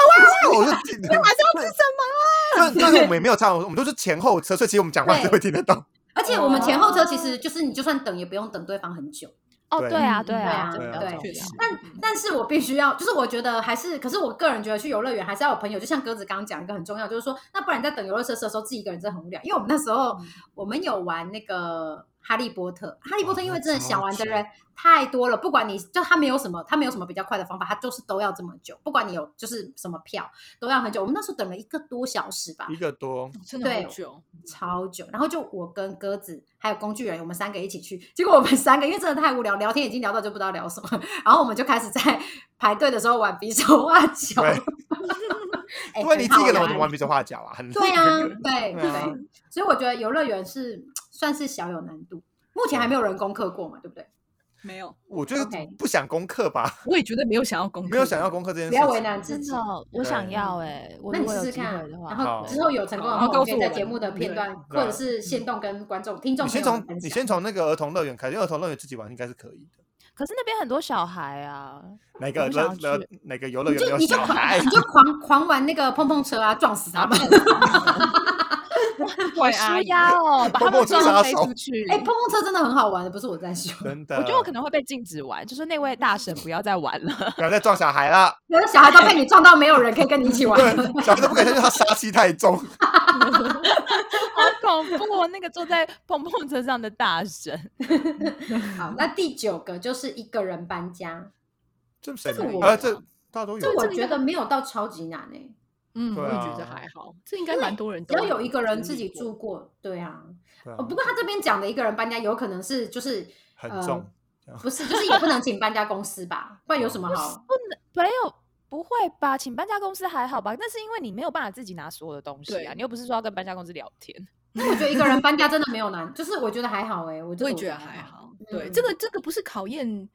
我说你晚要吃什么啊？但但是我们也没有唱，我们都是前后车，所以其实我们讲话对都会听得到。而且我们前后车其实就是你就算等也不用等对方很久，嗯哦，对对啊，对对啊，啊真的对重确要实。但但是我必须要，就是我觉得还是，可是我个人觉得去游乐园还是要有朋友，就像鸽子刚刚讲一个很重要，就是说，那不然你在等游乐设施的时候自己一个人真的很无聊，因为我们那时候我们有玩那个。哈利波特，哈利波特，因为真的想玩的人太多了，不管你就他没有什么，他没有什么比较快的方法，他就是都要这么久，不管你有就是什么票，都要很久。我们那时候等了一个多小时吧，一个多，真的对好久，超久，然后就我跟鸽子还有工具人，我们三个一起去。结果我们 三个因为真的太无聊，聊天已经聊到就不知道聊什么，然后我们就开始在 排队的时候玩比手画脚。对哎因为你自己一个人，我很好就玩玩比手画脚啊，很累对啊，对对啊对，所以我觉得游乐园是算是小有难度，目前还没有人攻克过嘛，对不对？没有， 我觉得 OK 不想功课吧，我也觉得没有想要功课，没有想要，功课这件不事情。要为难自真己的。，我想要哎，我那如你果试有试机看会，的然话，后之后有成功的好话，然后我们可告以诉我在们节目的片段对或者嗯是线动跟观众、听众你朋先友们从分你享。先从那个儿童乐园开始，因为儿童乐园自己玩应该是可以的。可是那边很多小孩啊，哪个我不乐想乐去哪个游乐你园就没有你就小孩狂？你就狂狂玩那个碰碰车啊，撞死他们！好好舒压哦，把他蹦蹦们车撞杀飞手啊出去。 哎、碰碰车真的很好玩的，不是我在说， 真的，我觉得我可能会被禁止玩，就说那位大神不要再玩了。不要再撞小孩了，有的小孩都被你撞到，没有人可以跟你一起玩。 对，小孩都不敢相信他杀气太重。 好恐怖、哦！那个坐 在碰碰车上的大神，好，那第九个就是一个人搬家，这谁这没个有？我啊，这大家都有啊这。我觉得没有到超级难诶、嗯，对我也觉啊得还好，这应该蛮多人只都要有一个人自己经历过住过，对啊。对啊哦，不过他这边讲的一个人搬家，有可能是就是很呃重，不是，就是也不能请搬家公司吧，不然有什么 好？没有不会吧？请搬家公司还好吧？那是因为你没有办法自己拿所有的东西啊，对你又不是说要跟搬家公司聊天。那我觉得一个人搬家真的没有难，就是我觉得还好诶、欸我这个我也我觉得还还。好。对，这嗯个这个不是考验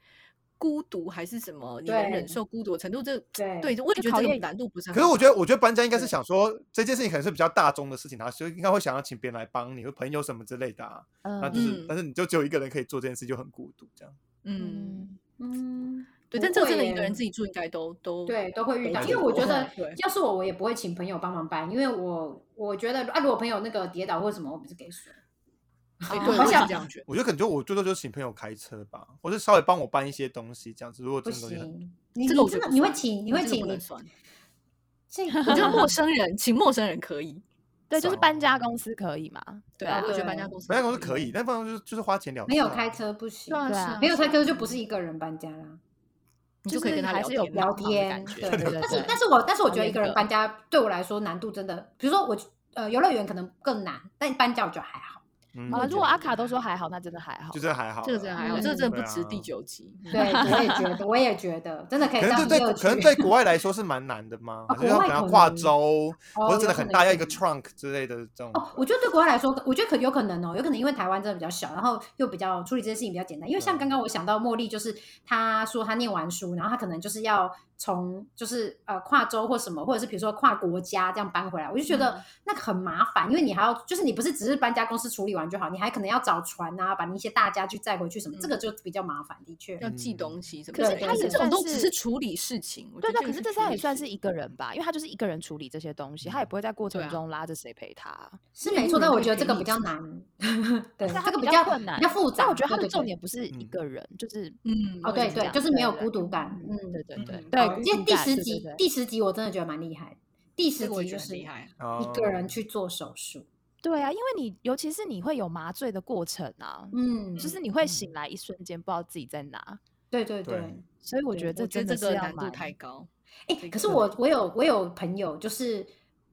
孤独还是什么，你能忍对受孤独的程度，这对对，我也就觉考得这个验难度不是很可高。是我觉得，我觉得搬家应该是对想说这件事情可能是比较大众的事情，他所以应该会想要请别人来帮你，或朋友什么之类的啊。嗯那就是，嗯但是你就只有一个人可以做这件事，就很孤独这样。嗯，嗯，对，不但这个会真的一个耶人自己住应该都都对，都会遇都到，会因为我遇觉到得对要是我，我也不会请朋友帮忙搬，因为我我觉得啊，如果朋友那个跌倒或什么，我不是给谁？哎哦对，好我也是像这样觉得。我觉得可能就我最多就请朋友开车吧，或是稍微帮我搬一些东西这样子。如果不真的东西很行，你这你个我觉真得的不你会算请你会这个请不你能算， 这我 觉得陌个生人 请陌生人可以，对，就是搬嗯家公司可以嘛？对啊啊，，我觉得对搬家公司搬家公司可以，，但搬家就是就是花钱了事啊。没有开车不行，对啊，对是啊啊没有开车就不是一个人搬家啦，你就就可以是跟他还聊是有天啊聊聊的天感对觉 对对但是对但是我但是我好觉得一严个人格搬 家对我来说难度真的，比如说我呃游乐园可能更难，但搬家我觉得还好。嗯好了，我觉如果得阿卡都说还好，那真的还好就。真的还好啦，这个真的还好，嗯这个真的对不值啊第九集。嗯对，我也觉得，我也觉得，真的可以可能上第对对二国，区。可能对国外来说是蛮难的嘛，啊就要国可外能要可跨能州，哦或者真的很大，要一个。有可能 trunk 之类的这种。哦，我觉得对国外来说，我觉得可有可能哦，有可能因为台湾真的比较小，然后又比较处理这件事情比较简单。因为像嗯刚刚我想到茉莉，就是她说她念完书，然后她可能就是要从就是呃跨州或什么，或者是比如说跨国家这样搬回来，我就觉嗯得那个很麻烦，因为你还要就是你不是只是搬家公司处理完就好，你还可能要找船啊，把你一些大家具载回去什么，嗯这个就比较麻烦，的确。要寄嗯东西什么可之是类的？它也这种算都只是是处理事情，我对觉对，得可是个这处他也理算事是一个人吧，因为他就是一个人处理这些东西，他也不会在过对程啊中拉着谁陪他。是对没因嗯错，为但你我可以觉得陪这个你比较自己难， 对，但这它个比比较较困难比较复杂。但我觉得他对的对重对点不是一嗯个人，就是嗯，哦，我对也是这对，样就是没有对孤独感。嗯，对对对嗯好对，今孤天独第感十对集，对对第十集我真的觉得蛮厉害的。第这十个我集也就觉得很是厉害。嗯嗯一个人去做手术。对啊，因为你尤其是你会有麻醉的过程啊，哦嗯，就是你会嗯醒来一瞬间不知道自己在哪，对对对对。所以我对觉得这我觉真得的这个是要难度蛮太高。哎、这可个是我我有我有朋友，就是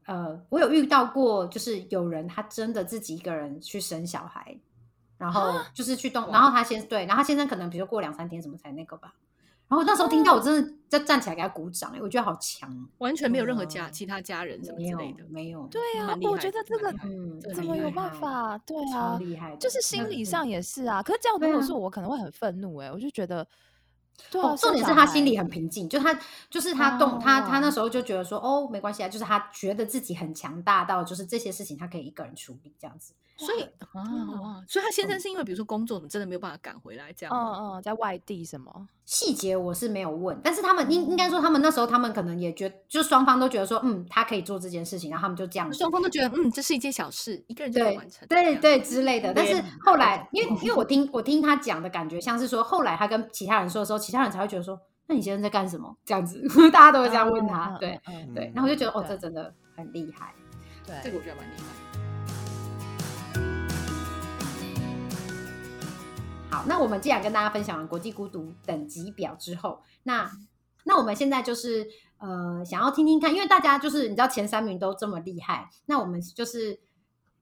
呃，我有遇到过，就是有人他真的自己一个人去生小孩，然后啊就是去动，然后他先对，然后他先生可能比如说过两三天什么才那个吧。然后那时候哦听到，我真的在站起来给他鼓掌、哎，我觉得好强哦，完全没有任何对啊家其他家人什么没之有类的，没有，对啊蛮，厉我害觉的得这蛮个厉害的嗯，这个怎很么厉有害办法？对超啊，厉害的，就是心嗯理嗯上也是啊。可是这样对如果啊是我，可能会很愤怒哎、我就觉得，对啊，哦，重生点小是他心孩里很平静，就他就是他动、他他那哦时候就觉得说哦没关系啊，就是他觉得自己很强大到就是这些事情他可以一个人处理这样子。所以天啊哪哇，所以他先生是因为比如说工作什么真的没有办法赶回来这样吗，嗯嗯，在外地什么？细节我是没有问，但是他们应应哦该说他们那时候他们可能也觉就双方都觉得说嗯他可以做这件事情，然后他们就这样子双方都觉得嗯这是一件小事，一个人就可以对完成，这对样对之类的。但也是很后好来，因为因为我听我听他讲的感觉，像是说后来他跟其他人说的时候，其他人才会觉得说，那你现在在干什么？这样子， 大家都会这样问他。嗯对，嗯嗯对嗯，然后我就觉得哦，对这真的很厉害。对，这个我觉得蛮厉害的。好，那我们既然跟大家分享完国际孤独等级表之后，那那我们现在就是呃，想要听听看，因为大家就是你知道前三名都这么厉害，那我们就是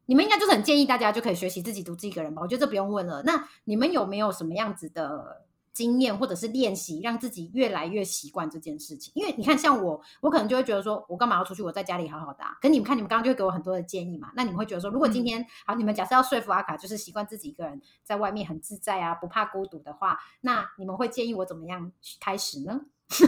你们应该就是很建议大家就可以学习自己独自一个人吧，我觉得这不用问了。那你们有没有什么样子的经验或者是练习，让自己越来越习惯这件事情？因为你看，像我，我可能就会觉得说，我干嘛要出去？我在家里好好的、啊。可你们看，你们刚刚就会给我很多的建议嘛，那你们会觉得说，如果今嗯天、好，你们假设要说服阿卡，就是习惯自己一个人在外面很自在啊，不怕孤独的话，那你们会建议我怎么样去开始呢？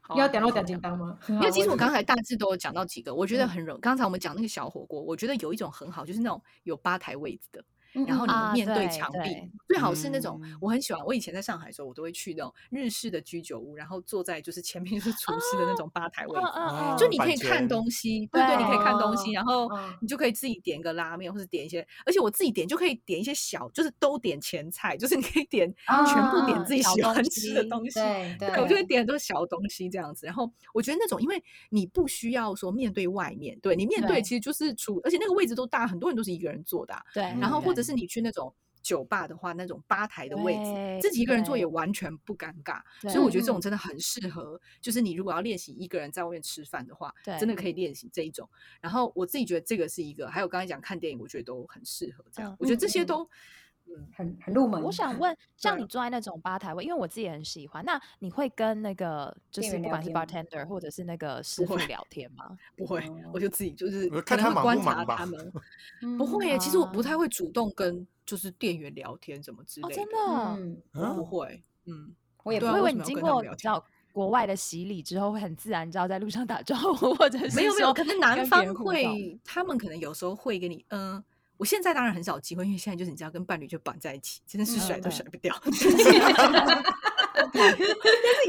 好啊要点那到我讲讲简单吗？嗯因因为其实我刚才大致都有讲到几个，我觉得嗯很容。刚才我们讲那个小火锅，我觉得有一种很好，就是那种有吧台位子的，嗯然后你啊面对对墙壁对，最好是那种嗯我很喜欢。我以前在上海的时候，我都会去那种日式的居酒屋，然后坐在就是前面是 厨师的那种吧台位嗯子，嗯嗯，就你可以版看权东西，对对，你可以看东西，对然后嗯你就可以自己点个拉面或者点一些，而且我自己点就可以点一些小，就是都点前菜，就是你可以点全部点啊自己小喜东欢吃的西东西，对对，我就会对，点很多小东西这样子。然后我觉得那种，因为你不需要说面对外面，对你面对对其实就是厨，而且那个位置都大，很多人都是一个人坐的啊、对，然后或嗯对者是你去那种酒吧的话，那种吧台的位置，自对己一个人坐也对完全不尴尬。对所以我觉得嗯这种真的很适合，就是你如果要练习一个人在外面吃饭的话，对真的可以练习这一种。然后我自己觉得这个是一个，还有刚才讲看电影，我觉得都很适合这样。嗯我觉得这嗯些嗯都。很很入门。我想问，像对你坐在那种吧台位，因为我自己也很喜欢，那你会跟那个就店是员不聊管是天吗 bartender 或者是那个师傅会聊天吗？不会，我就自己哦就是我可看能他会忙不观忙察吧他们， 嗯不会耶，其实我不太啊会主动跟就是店员聊天什么之哦，类真的哦，嗯，我不嗯会，嗯，我也不对啊我以会为为什你么经要跟他们过聊你知天道国外的洗礼之后会很自然，你知道在路上打招呼，或者是没有没有，说可能南跟别方人互动会，他们可能有时候会跟你，嗯、我现在当然很少机会，因为现在就是你知道跟伴侣就绑在一起，真的是嗯甩都对甩不 掉。但是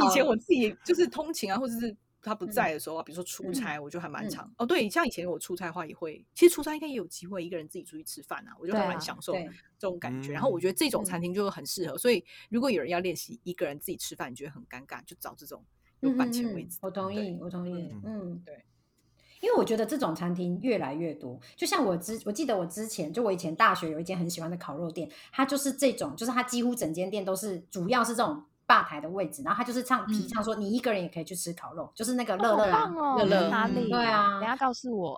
以前我自己就是通勤啊，或者是。他不嗯在的时候啊，比如说出嗯差，我就还蛮嗯常、哦。对，像以前我出差的话，也会，其实出差应该也有机会一个人自己出去吃饭啊，我就还对蛮啊享受对这种感觉。然后嗯我觉得这种嗯餐厅就很适合，所以如果有人要练习一个人自己吃饭，你觉得很尴尬，就找这种嗯有板前位置的。我同对意，我同意，嗯嗯，对。因为我觉得这种餐厅越来越多，就像我之我记得我之前就我以前大学有一间很喜欢的烤肉店，它就是这种，就是它几乎整间店都是主要是这种吧台的位置，然后他就是唱提倡说你一个人也可以去吃烤肉，就是那个乐啊乐好棒嗯哦，乐乐哪嗯里？对啊哦等一下告诉我。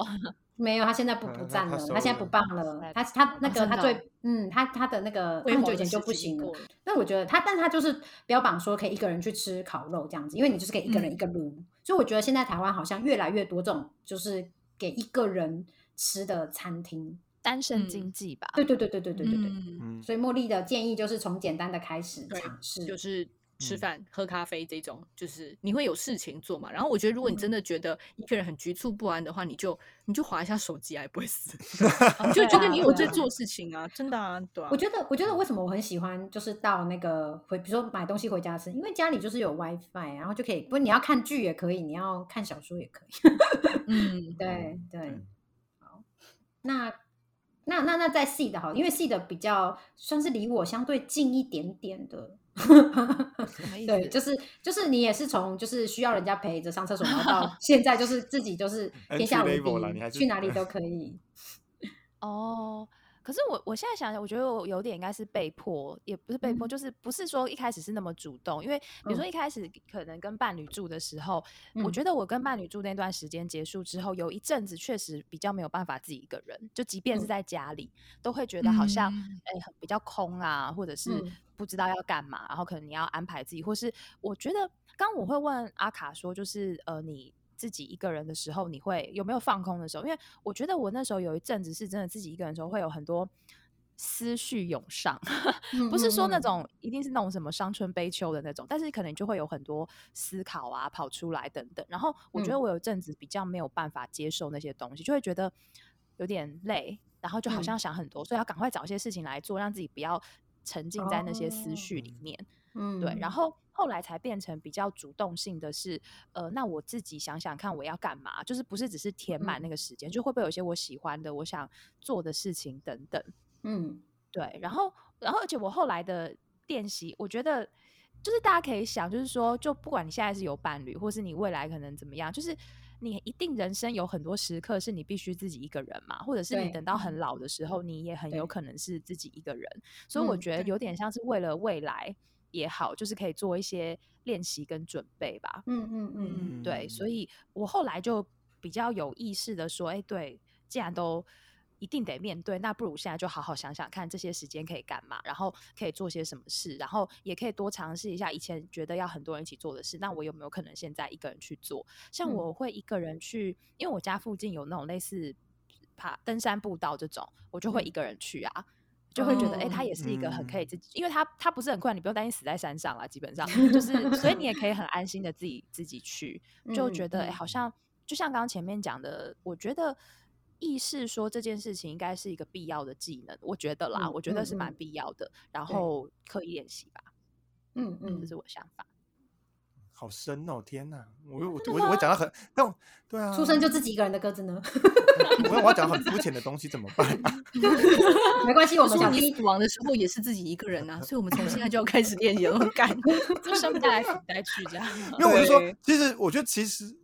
没有，他现在不嗯不他站他了，收他现在了不棒了哦，他他那个真他的哦最嗯，他他的那个规很模久以的前就事不情行已经了过。了那我觉得他，但他就是标榜说可以一个人去吃烤肉这样子，因为你就是给一个人嗯一个炉，所以我觉得现在台湾好像越来越多这种就是给一个人吃的餐厅。单身嗯经济吧，对对对对对对对对。嗯，嗯，所以茉莉的建议就是从简单的开始对尝试，就是吃嗯饭、喝咖啡这种，就是你会有事情做嘛。然后我觉得，如果你真的觉得一个人很局促不安的话，你就你就划一下手机啊，也不会死。哦你哦就对觉得啊你对有在啊做事情啊，真的啊，对啊我。觉得，我觉得为什么我很喜欢，就是到那个回，比如说买东西回家吃，因为家里就是有 WiFi，然后就可以，不是你要看剧也可以，你要看小说也可以。嗯，对对对，好，那那那那再细的好，因为细的比较算是离我相对近一点点的。什么意对，思？就是就是你也是从就是需要人家陪着上厕所，然后到现在就是自己就是天下无 Entry level 啦你敌，还是去哪里都可以。哦。可是我我现在想想，我觉得我有点应该是被迫，也不是被迫，嗯就是不是说一开始是那么主动，因为比如说一开始可能跟伴侣住的时候，我嗯觉得我跟伴侣住那段时间结束之后，有一阵子确实比较没有办法自己一个人，就即便是嗯在家里，都会觉得好像嗯哎、很比较空啊，或者是嗯不知道要干嘛，然后可能你要安排自己，或是我觉得刚我会问阿卡说，就是呃你。自己一个人的时候，你会有没有放空的时候？因为我觉得我那时候有一阵子是真的自己一个人的时候，会有很多思绪涌上，不是说那嗯嗯嗯种一定是那种什么伤春悲秋的那种，但是可能就会有很多思考啊跑出来等等。然后我觉得嗯我有一阵子比较没有办法接受那些东西，就会觉得有点累，然后嗯就好像想很多，所以要赶快找一些事情来做，让自己不要沉浸在那些思哦绪里面。嗯，对，然后后来才变成比较主动性的是，呃，那我自己想想看我要干嘛，就是不是只是填满嗯那个时间，就会不会有一些我喜欢的、我想做的事情等等。嗯对，然后然后而且我后来的练习，我觉得就是大家可以想，就是说，就不管你现在是有伴侣，或是你未来可能怎么样，就是你一定人生有很多时刻是你必须自己一个人嘛，或者是你对嗯等到很老的时候，你也很有对可能是自己一个人。所以我嗯觉得对有点像是为了未来也好，就是可以做一些练习跟准备吧。嗯嗯嗯嗯，嗯对，所以我后来就比较有意识的说，哎、对，既然都一定得面对，那不如现在就好好想想看这些时间可以干嘛，然后可以做些什么事，然后也可以多尝试一下以前觉得要很多人一起做的事，那我有没有可能现在一个人去做？像嗯我会一个人去，因为我家附近有那种类似爬登山步道这种，我就会一个人去啊。就会觉得，哎、它哦也是一个很可以嗯自己，因为它它不是很困，你不用担心死在山上啦，基本上就是，所以你也可以很安心的自己自己去，就觉嗯得、哎，嗯好像就像刚刚前面讲的，我觉得意识说这件事情应该是一个必要的技能，我觉得啦，嗯我觉得嗯是蛮嗯必要的，然对后刻意练习吧，嗯嗯这是我想法。好深哦，天哪！我又我我我讲到很，但我对嗯啊，出生就自己一个人的鸽子呢？ 我我要讲很肤浅的东西怎么办啊？没关系，我我们说小你弟死亡的时候也是自己一个人啊，所以我们从现在就要开始练习了，干。就生不带来，死不带去这样。因为我就对说，其实我觉得其实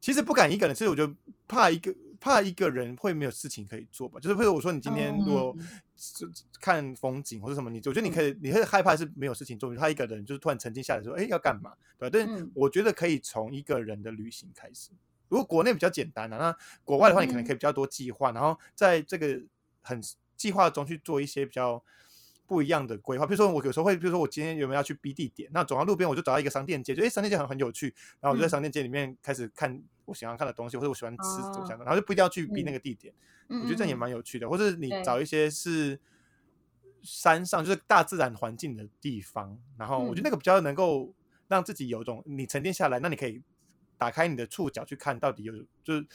其实不敢一个人，其实我觉得怕一个怕一个人会没有事情可以做吧。就是譬如我说，你今天如果就看风景或者什么，你我觉得你可以，你会害怕是没有事情做，他一个人就是突然沉静下来说，哎，要干嘛？对吧，但嗯我觉得可以从一个人的旅行开始。如果国内比较简单啊，那国外的话，你可能嗯可以比较多计划，然后在这个很计划中去做一些比较不一样的规划。比如说，我有时候会，比如说我今天有没有要去 B 地点，那走到路边我就找到一个商店街，就诶商店街好像很有趣，然后我就在嗯商店街里面开始看我喜欢看的东西，或者我喜欢吃哦怎么想的，然后就不一定要去 B 嗯那个地点。我我觉得这样也蛮有趣的。或者你嗯对找一些是山上，就是大自然环境的地方，然后我嗯觉得那个比较能够让自己有一种你沉淀下来，那你可以打开你的触角去看到底有就是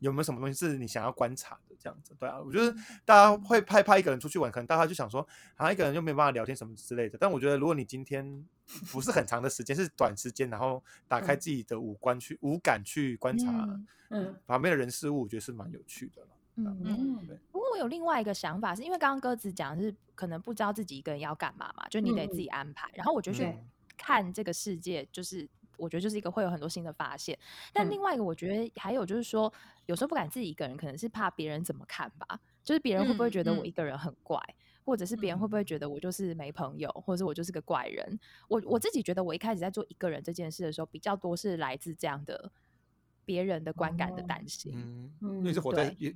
有没有什么东西是你想要观察的这样子。对啊，我觉得嗯大家会害怕一个人出去玩，可能大家就想说啊一个人就没办法聊天什么之类的。但我觉得如果你今天不是很长的时间，是短时间，然后打开嗯自己的五官去五感去观察嗯嗯旁边的人事物，我觉得是蛮有趣的啦。嗯， 嗯对不过我有另外一个想法，是因为刚刚鸽子讲是可能不知道自己一个人要干嘛嘛，就你得自嗯己安排。然后我就去对看这个世界，就是我觉得就是一个会有很多新的发现。但嗯另外一个，我觉得还有就是说，有时候不敢自己一个人，可能是怕别人怎么看吧，就是别人会不会嗯觉得我嗯一个人很怪，或者是别嗯人会不会觉得我就是没朋友，或者是我就是个怪人。我我自己觉得，我一开始在做一个人这件事的时候，比较多是来自这样的别人的观感的哦担心。嗯，嗯因为是活在也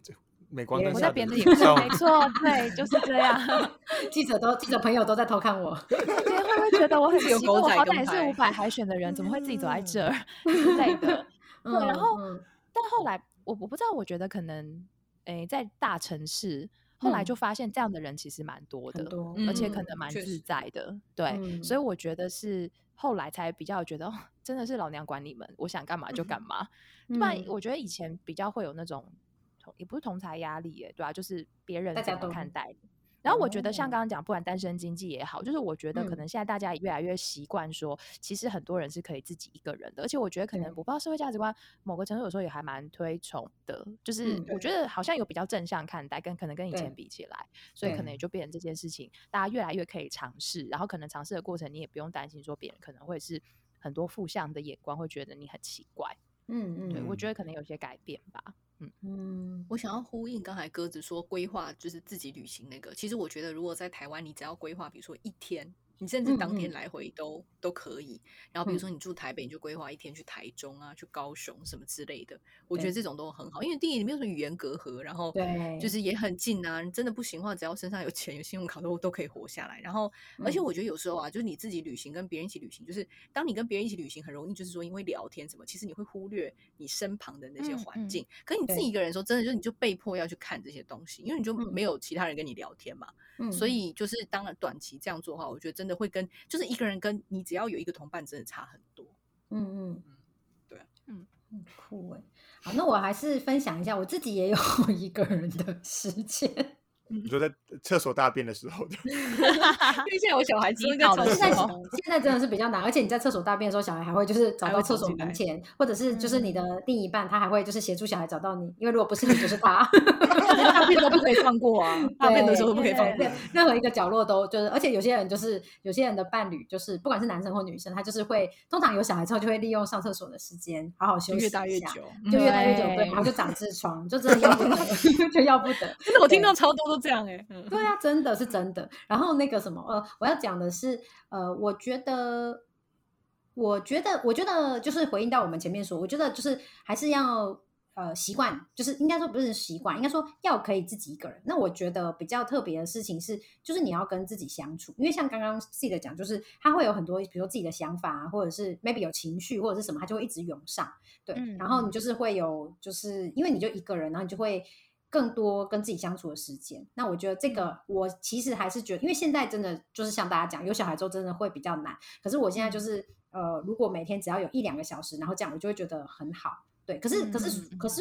美光别人灯活我在下的别人的人，眼光，像没错，对，就是这样。 记者都记者朋友都在偷看我，对，会不会觉得我很是有奇怪？我狗仔好跟歹是拍五百海选的人，怎么会自己走在 这儿之类的？嗯，然后嗯但后来我我不知道，我觉得可能诶、在大城市，后来嗯就发现这样的人其实蛮多的很，多，而且可嗯能蛮确自实在的。对，嗯所以我觉得是后来才比较觉得，哦真的是老娘管你们，我想干嘛就 干嘛。不然嗯我觉得以前比较会有那种同，也不是同财压力耶，对吧、就是别人大怎家么都看待你。然后我觉得像哦刚刚讲，不管单身经济也好，就是我觉得可嗯能现在大家也越来越习惯说，其实很多人是可以自己一个人的，而且我觉得可能对我不知道社会价值观某个程度有时候也还蛮推崇的，就是嗯我觉得好像有比较正向看待，跟可能跟以对前比起来，所以可能对也就变成这件事情，大家越来越可以尝试，然后可能尝试的过程，你也不用担心说别人可能会是很多负向的眼光，会觉得你很奇怪。嗯对，嗯我觉得可能有些改变 吧。嗯，我想要呼应刚才鸽子说规划就是自己旅行那个，其实我觉得如果在台湾，你只要规划，比如说一天，你甚至嗯当天嗯来回都、都可以。然后比如说你住台北，你就规划一天去台中啊，去高雄什么之类的。我觉得对这种都很好，因为第一你没有什么语言隔阂，然后对，就是也很近啊。你真的不行的话，只要身上有钱、有信用卡都都可以活下来。然后，而且嗯我觉得有时候啊，就是你自己旅行跟别人一起旅行，就是当你跟别人一起旅行，很容易就是说因为聊天什么，其实你会忽略你身旁的那些嗯环嗯境。可你自己对一个人的时候，真的就是你就被迫要去看这些东西，因为你就嗯没有其他人跟你聊天嘛。嗯所以就是当然短期这样做的话，我觉得真的会跟就是一个人跟你只要有一个同伴，真的差很多。嗯嗯，对啊，嗯很酷哎。好，那我还是分享一下我自己也有 一个人的时间。 你说在厕所大便的时候的，因为现在我小孩子洗会在澡超现的市在时是候跑现在真的是比较难，而且你在厕所大便的时候，小孩还会就是找哦还到会厕走所进门来嗯前，或者是就是你的另一半，他还会就是协助小孩找到你，因为如果不是你就是 他。大便都不可以放过啊， 大便的时候都不可以放对过对。任何一个角落都就是，而且有些人就是有些人的伴侣就是，不管是男生或女生，他就是会通常有小孩之后就会利用上厕所的时间好好休息越一下大越，久，嗯就越大越久，对，对然后就长痔疮，就真的要不得， 就要不得。真的，我听对到超多都这样哎、欸。嗯对啊，真的是真的。然后那个什么，呃，我要讲的是，呃，我觉得，我觉得，我觉得就是回应到我们前面说，我觉得就是还是要呃习惯，就是应该说不是习惯，应该说要可以自己一个人。那我觉得比较特别的事情是，就是你要跟自己相处，因为像刚刚 C 的讲，就是他会有很多，比如说自己的想法啊，或者是 maybe 有情绪或者是什么，他就会一直涌上。对，嗯然后你就是会有，就是因为你就一个人，然后你就会更多跟自己相处的时间。那我觉得这嗯个，我其实还是觉得，因为现在真的就是像大家讲，有小孩之后真的会比较难。可是我现在嗯就是，呃，如果每天只要有一两个小时，然后这样，我就会觉得很好。对，可是可是嗯嗯嗯可是，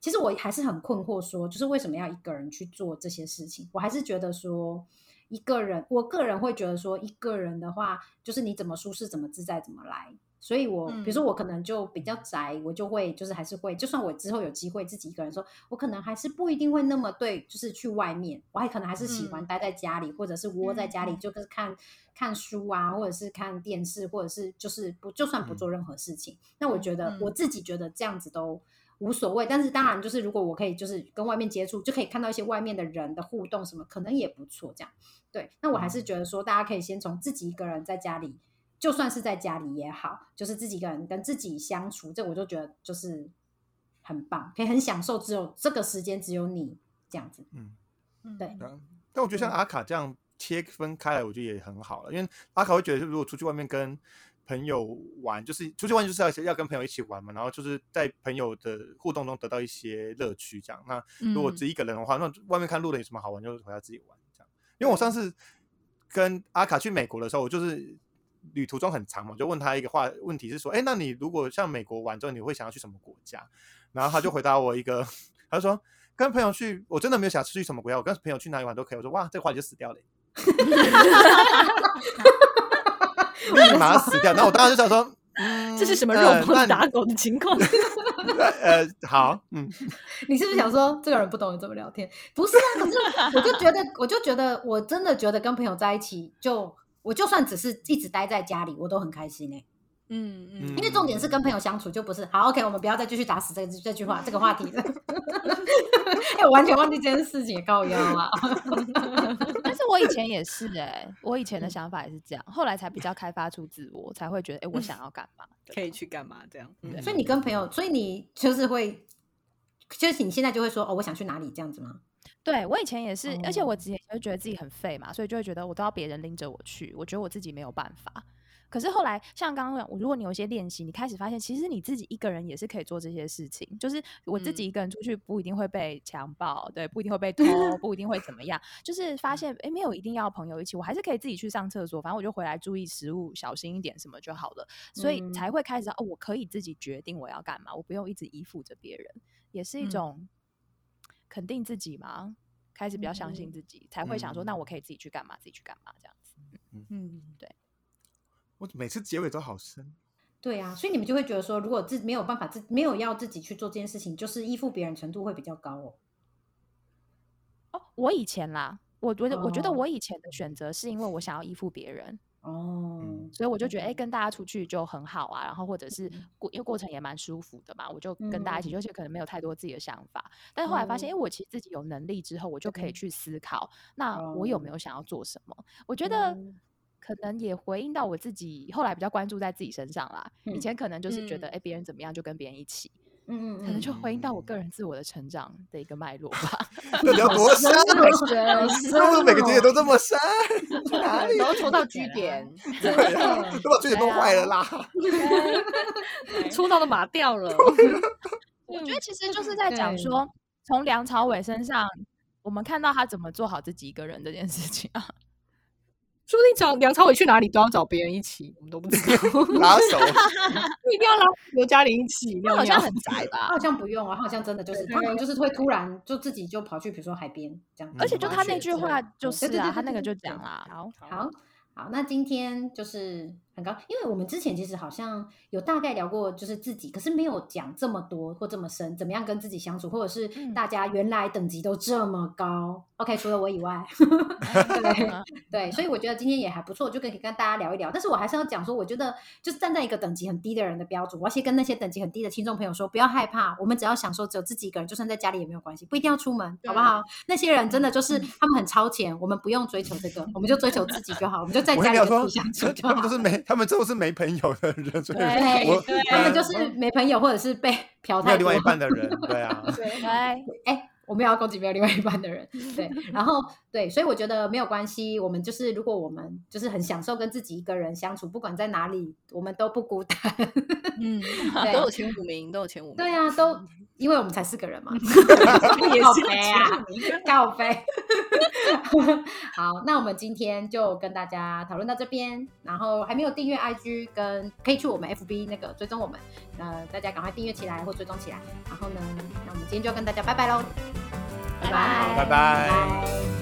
其实我还是很困惑说就是为什么要一个人去做这些事情？我还是觉得说。一个人，我个人会觉得说，一个人的话，就是你怎么舒适，怎么自在，怎么来。所以我，比如说嗯我可能就比较宅，我就会就是还是会，就算我之后有机会自己一个人说，我可能还是不一定会那么对，就是去外面，我还可能还是喜欢待在家里，或者是窝在家里，嗯嗯嗯就是看看书啊，或者是看电视，或者是就是不就嗯算不做任何事情，那我觉得、嗯我自己觉得这样子都。无所谓，但是当然就是，如果我可以就是跟外面接触，就可以看到一些外面的人的互动什么，可能也不错。这样，对，那我还是觉得说，大家可以先从自己一个人在家里，就算是在家里也好，就是自己一个人跟自己相处，这我就觉得就是很棒，可以很享受只有这个时间只有你这样子。 嗯，对对啊但我觉得像嗯阿卡这样切分开来，我觉得也很好了，因为阿卡会觉得，如果出去外面跟朋友玩，就是出去玩就是要要跟朋友一起玩嘛，然后就是在朋友的互动中得到一些乐趣，这样。那如嗯果自己一个人的话，那外面看路人有什么好玩，就回家自己玩这样。因为我上次跟阿卡去美国的时候，我就是旅途中很长嘛，我就问他一个话问题是说，哎，那你如果像美国玩之后，你会想要去什么国家？然后他就回答我一个， 他就说跟朋友去，我真的没有想去什么国家，我跟朋友去哪里玩都可以。我说哇，这个话题就死掉了。欸立马死掉，然后我当时就想说，嗯， 这是什么肉呃包子那打狗的情况？你呃，好，嗯，你是不是想说这个人不懂得怎么聊天？不是啊，可是我就觉得，我就觉得，我真的觉得跟朋友在一起就。我就算只是一直待在家里，我都很开心呢、 嗯嗯因为重点是跟朋友相处，就不是好 OK。我们不要再继续打死这这句话这个话 题了。哎、我完全忘记这件事情，高腰啊！但是我以前也是哎、我以前嗯的想法也是这样，后来才比较开发出自我，才会觉得哎、我想要干嘛？嗯可以去干嘛这样？嗯嗯所以你跟朋友，所以你就是会，就是你现在就会说哦，我想去哪里这样子吗？对我以前也是，而且我哦之前就觉得自己很废嘛，所以就会觉得我都要别人拎着我去，我觉得我自己没有办法。可是后来，像刚刚讲，如果你有一些练习，你开始发现，其实你自己一个人也是可以做这些事情。就是我自己一个人出去，不一定会被强暴，对，不一定会被偷，不一定会怎么样。就是发现，诶，没有一定要朋友一起，我还是可以自己去上厕所，反正我就回来注意食物，小心一点什么就好了。所以才会开始哦，我可以自己决定我要干嘛，我不用一直依附着别人，也是一嗯种肯定自己嘛。开始比较相信自己，才会想说，那嗯我可以自己去干嘛，自己去干嘛这样子。嗯，我每次结尾都好深，对啊，所以你们就会觉得说，如果自没有办法自没有要自己去做这件事情，就是依附别人程度会比较高哦。哦，我以前啦，我觉得、我觉得哦我以前的选择是因为我想要依附别人，哦，嗯所以我就觉得，哎、跟大家出去就很好啊，然后或者是过，因为过程也蛮舒服的嘛，我就跟大家一起去，而且可能没有太多自己的想法。但是后来发现，哎、我其实自己有能力之后，我就可以对去思考，那我有没有想要做什么？我觉得嗯可能也回应到我自己后来比较关注在自己身上啦。以嗯前可能就是觉得，嗯哎、别人怎么样就跟别人一起，嗯可能嗯就回应到我个人自我的成长的一个脉络 吧。这聊啊多深？啊嗯，为什么每个结尾都这么深？ 去哪里？然后抽到 G 点，对啊，都把自己弄坏了啦。 抽到的码掉 了。我觉得其实就是在讲嗯对说，从梁朝伟身上，我们看到他怎么做好自己一个人这件事情 啊。说不定找梁朝伟去哪里都要找别人一起，我们都不知 道，拉手，不一定要拉刘嘉玲一起。他尿好像尿很宅他吧，好像不用啊，他好像真的就是，他好像就是会突然就自己就跑去，比如说海边这样。而且就滑他雪那句之类话的就嗯是对对啊，对他对那个对就对讲啦，好，好好，那今天就是很高，因为我们之前其实好像有大概聊过，就是自己，可是没有讲这么多或这么深，怎么样跟自己相处，或者是嗯大家原来等级都这么高。OK，除了我以外，对嗯对，所以我觉得今天也还不错，就可以跟大家聊一聊。但是我还是要讲说，我觉得就是站在一个等级很低的人的标准，我要先跟那些等级很低的听众朋友说，不要害怕，我们只要享受只有自己一个人，就算在家里也没有关系，不一定要出门，好不好？那些人真的就是嗯他们很超前，我们不用追求这个，我们就追求自己就好，我们就在我家跟你里讲跟自说己相处，就他好们都。是没，他们都是没朋友的人，所以对我对他们呃就是没朋友，或者是被 嫖没太有另多外一。半的人，对啊，对，哎、我们要攻击没有另外一半的 人，对，然后对，所以我觉得没有关系，我们就是如果我们就是很享受跟自己一个人相处，不管在哪里，我们都不孤单。嗯，对都有前五名，都有前五名。对啊，都因为我们才四个 人嘛， 也告是白前啊五，名，告白。 好，那我们今天就跟大家讨论到这边，然后还没有订阅 IG 跟可以去我们 FB 那个追踪我们，呃，大家赶快订阅起来或追踪起来。然后呢，那我们今天就要跟大家拜拜喽，拜好拜拜拜。拜